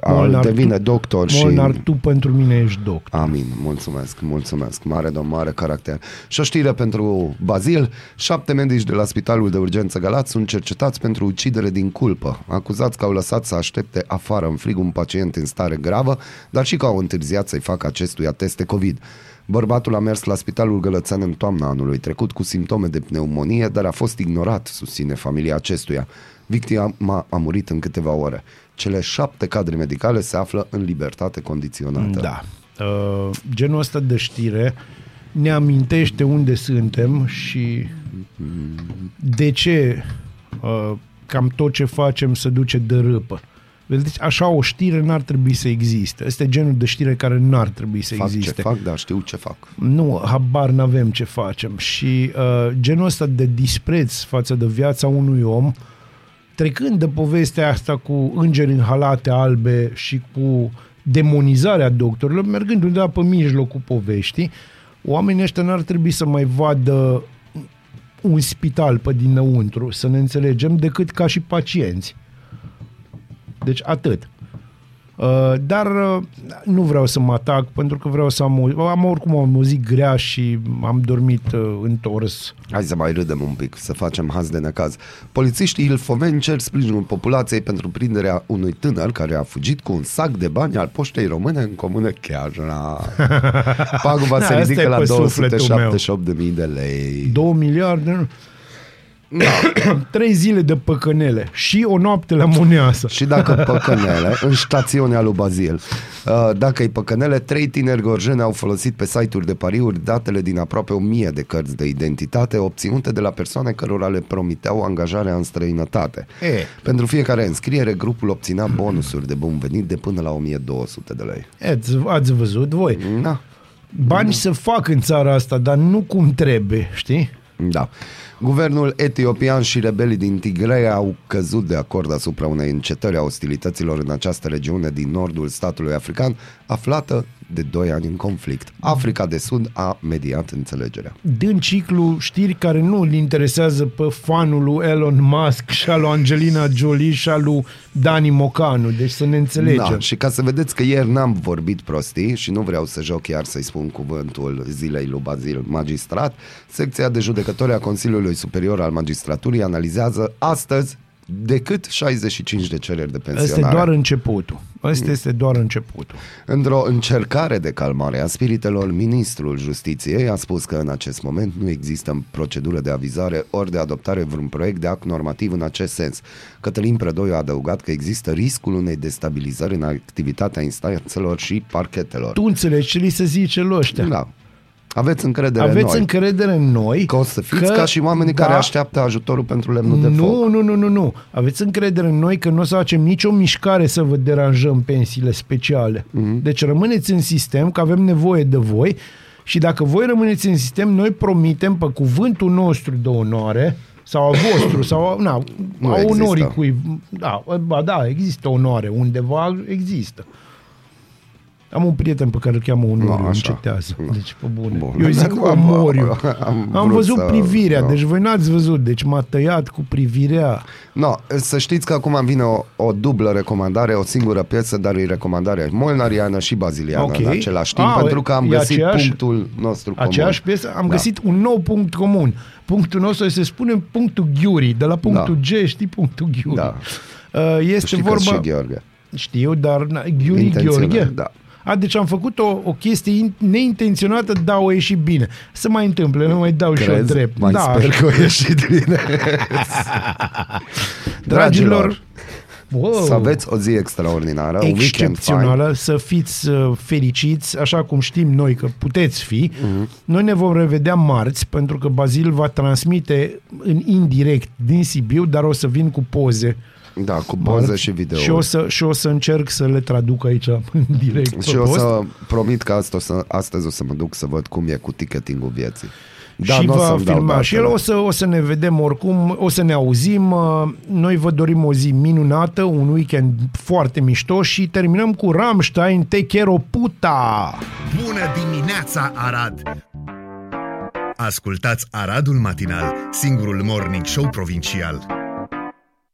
S1: al
S2: Molnar,
S1: devine
S2: tu-
S1: doctor și...
S2: Molnar, tu pentru mine ești doc.
S1: Amin, mulțumesc, mulțumesc. Mare domn, mare caracter. Și o știre pentru Bazil. Șapte medici de la Spitalul de Urgență Galați sunt cercetați pentru ucidere din culpă. Acuzați că au lăsat să aștepte afară în frig un pacient în stare gravă, dar și că au întârziat să-i facă acestuia teste COVID. Bărbatul a mers la Spitalul Gălățean în toamna anului trecut cu simptome de pneumonie, dar a fost ignorat, susține familia acestuia. Victima a murit în câteva ore. Cele șapte cadre medicale se află în libertate condiționată.
S2: Da. Uh, genul ăsta de știre ne amintește unde suntem și de ce uh, cam tot ce facem se duce de râpă. Vedeți, așa o știre n-ar trebui să existe. Este genul de știre care n-ar trebui să
S1: fac
S2: existe.
S1: ce fac, dar știu ce fac.
S2: Nu, habar n-avem ce facem. Și uh, genul ăsta de dispreț față de viața unui om, trecând de povestea asta cu îngeri în halate albe și cu demonizarea doctorilor, mergând undeva pe mijlocul poveștii, oamenii ăștia n-ar trebui să mai vadă un spital pe dinăuntru, să ne înțelegem, decât ca și pacienți. Deci atât. Uh, dar uh, nu vreau să mă atac pentru că vreau să am o, am oricum o zi grea și am dormit uh, întors.
S1: Hai să mai râdem un pic, să facem haz de necaz. Polițiștii Ilfoveni cer sprijinul populației pentru prinderea unui tânăr care a fugit cu un sac de bani al poștei române în comună Chiajna. Paguba
S2: Da,
S1: se
S2: asta e
S1: ridică la
S2: pe sufletul
S1: 278.000 de lei.
S2: 2 miliarde, nu? trei zile de păcănele și o noapte la Muneasa.
S1: Și dacă păcănele, în stațiunea lui Bazil, uh, dacă e păcănele, trei tineri gorjeni au folosit pe site-uri de pariuri datele din aproape o mie de cărți de identitate obținute de la persoane cărora le promiteau angajarea în străinătate.
S2: E.
S1: Pentru fiecare înscriere, grupul obținea bonusuri de bun venit de până la 1200 de lei.
S2: Ați, ați văzut voi.
S1: Na.
S2: Bani se fac în țara asta, dar nu cum trebuie, știi?
S1: Da. Guvernul etiopian și rebelii din Tigray au căzut de acord asupra unei încetări a ostilităților în această regiune din nordul statului african, aflată de 2 ani în conflict. Africa de Sud a mediat înțelegerea.
S2: Dând ciclu știri care nu îl interesează pe fanul lui Elon Musk și al lui Angelina Jolie și al lui Dani Mocanu. Deci să ne înțelegem.
S1: Da, și ca să vedeți că ieri n-am vorbit prostii și nu vreau să joc iar să-i spun cuvântul zilei lui Bazil Magistrat, secția de judecători a Consiliului Superior al Magistraturii analizează astăzi decât 65 de cereri de pensionare.
S2: Asta e doar începutul. Asta este doar începutul.
S1: Într-o încercare de calmare a spiritelor, ministrul justiției a spus că în acest moment nu există în procedură de avizare ori de adoptare vreun proiect de act normativ în acest sens. Cătălin Predoiu a adăugat că există riscul unei destabilizări în activitatea instanțelor și parchetelor.
S2: Tu înțelegi ce li se zice lui ăștia.
S1: Da. Aveți încredere
S2: Aveți
S1: în noi.
S2: încredere în noi
S1: Că o să fiți că... ca și oamenii
S2: da,
S1: care așteaptă ajutorul pentru lemnul de foc.
S2: nu, nu, nu, nu, nu. Aveți încredere în noi că nu o să facem nicio mișcare să vă
S1: Mhm.
S2: deranjăm pensiile speciale. Mm-hmm. Deci rămâneți în sistem, că avem nevoie de voi Și dacă voi rămâneți în sistem, noi promitem pe cuvântul nostru de onoare sau a vostru, sau a- na,
S1: Nu
S2: a
S1: există.
S2: onorii cui... Da, ba, da, există onoare. Undeva există. Am un prieten pe care îl cheamă Onoriu,
S1: Nu,
S2: îmi
S1: așa.
S2: citează.
S1: Nu.
S2: Deci, pe bune.
S1: Bun.
S2: Eu zic
S1: Acum am-
S2: Omoriu. Am,
S1: am vrut
S2: văzut
S1: să-
S2: privirea,
S1: da.
S2: deci voi n-ați văzut. Deci m-a tăiat cu privirea.
S1: No, să știți că acum vine o, o dublă recomandare, o singură piesă, dar e recomandare molnariană și baziliană
S2: Ok.
S1: okay. în același timp,
S2: Ah,
S1: pentru că am
S2: e
S1: găsit
S2: aceeași-
S1: punctul nostru comun.
S2: Aceeași piesă, am
S1: Da.
S2: găsit un nou punct comun. Punctul nostru este, să spunem, punctul ghiurii. De la punctul G știi punctul ghiurii.
S1: Da.
S2: Uh, Este
S1: Știi că
S2: vorba...
S1: și Gheorghe.
S2: Știu, dar na, Ghiuri
S1: Intenționat,
S2: Gheorghe?
S1: da.
S2: A, deci am făcut o, o chestie in, neintenționată, dar o ieșit bine. Să mai întâmple, nu mai dau și
S1: Crezi?
S2: o drept.
S1: Mai
S2: da,
S1: sper că o ieșit bine.
S2: dragilor, wow,
S1: Să aveți o zi extraordinară, un weekend fain.
S2: Oh. excepțională, să fiți uh, fericiți, așa cum știm noi că puteți fi.
S1: Mhm.
S2: Uh-huh. Noi ne vom revedea marți, pentru că Bazil va transmite în indirect din Sibiu, dar o să vin cu poze.
S1: Da, cu poze
S2: marți
S1: și video.
S2: Și o, să, și o să încerc să le traduc aici în direct. pe
S1: Și o
S2: post.
S1: să promit că astăzi o să, astăzi o să mă duc să văd cum e cu ticketing-ul vieții.
S2: și
S1: n-o
S2: va
S1: da, să-mi dau
S2: filma. Și el
S1: datele.
S2: o să, o să ne vedem oricum, o să ne auzim. Uh, Noi vă dorim o zi minunată, un weekend foarte mișto și terminăm cu Rammstein Te Chero Puta!
S3: Bună dimineața, Arad! Ascultați Aradul Matinal, singurul morning show provincial.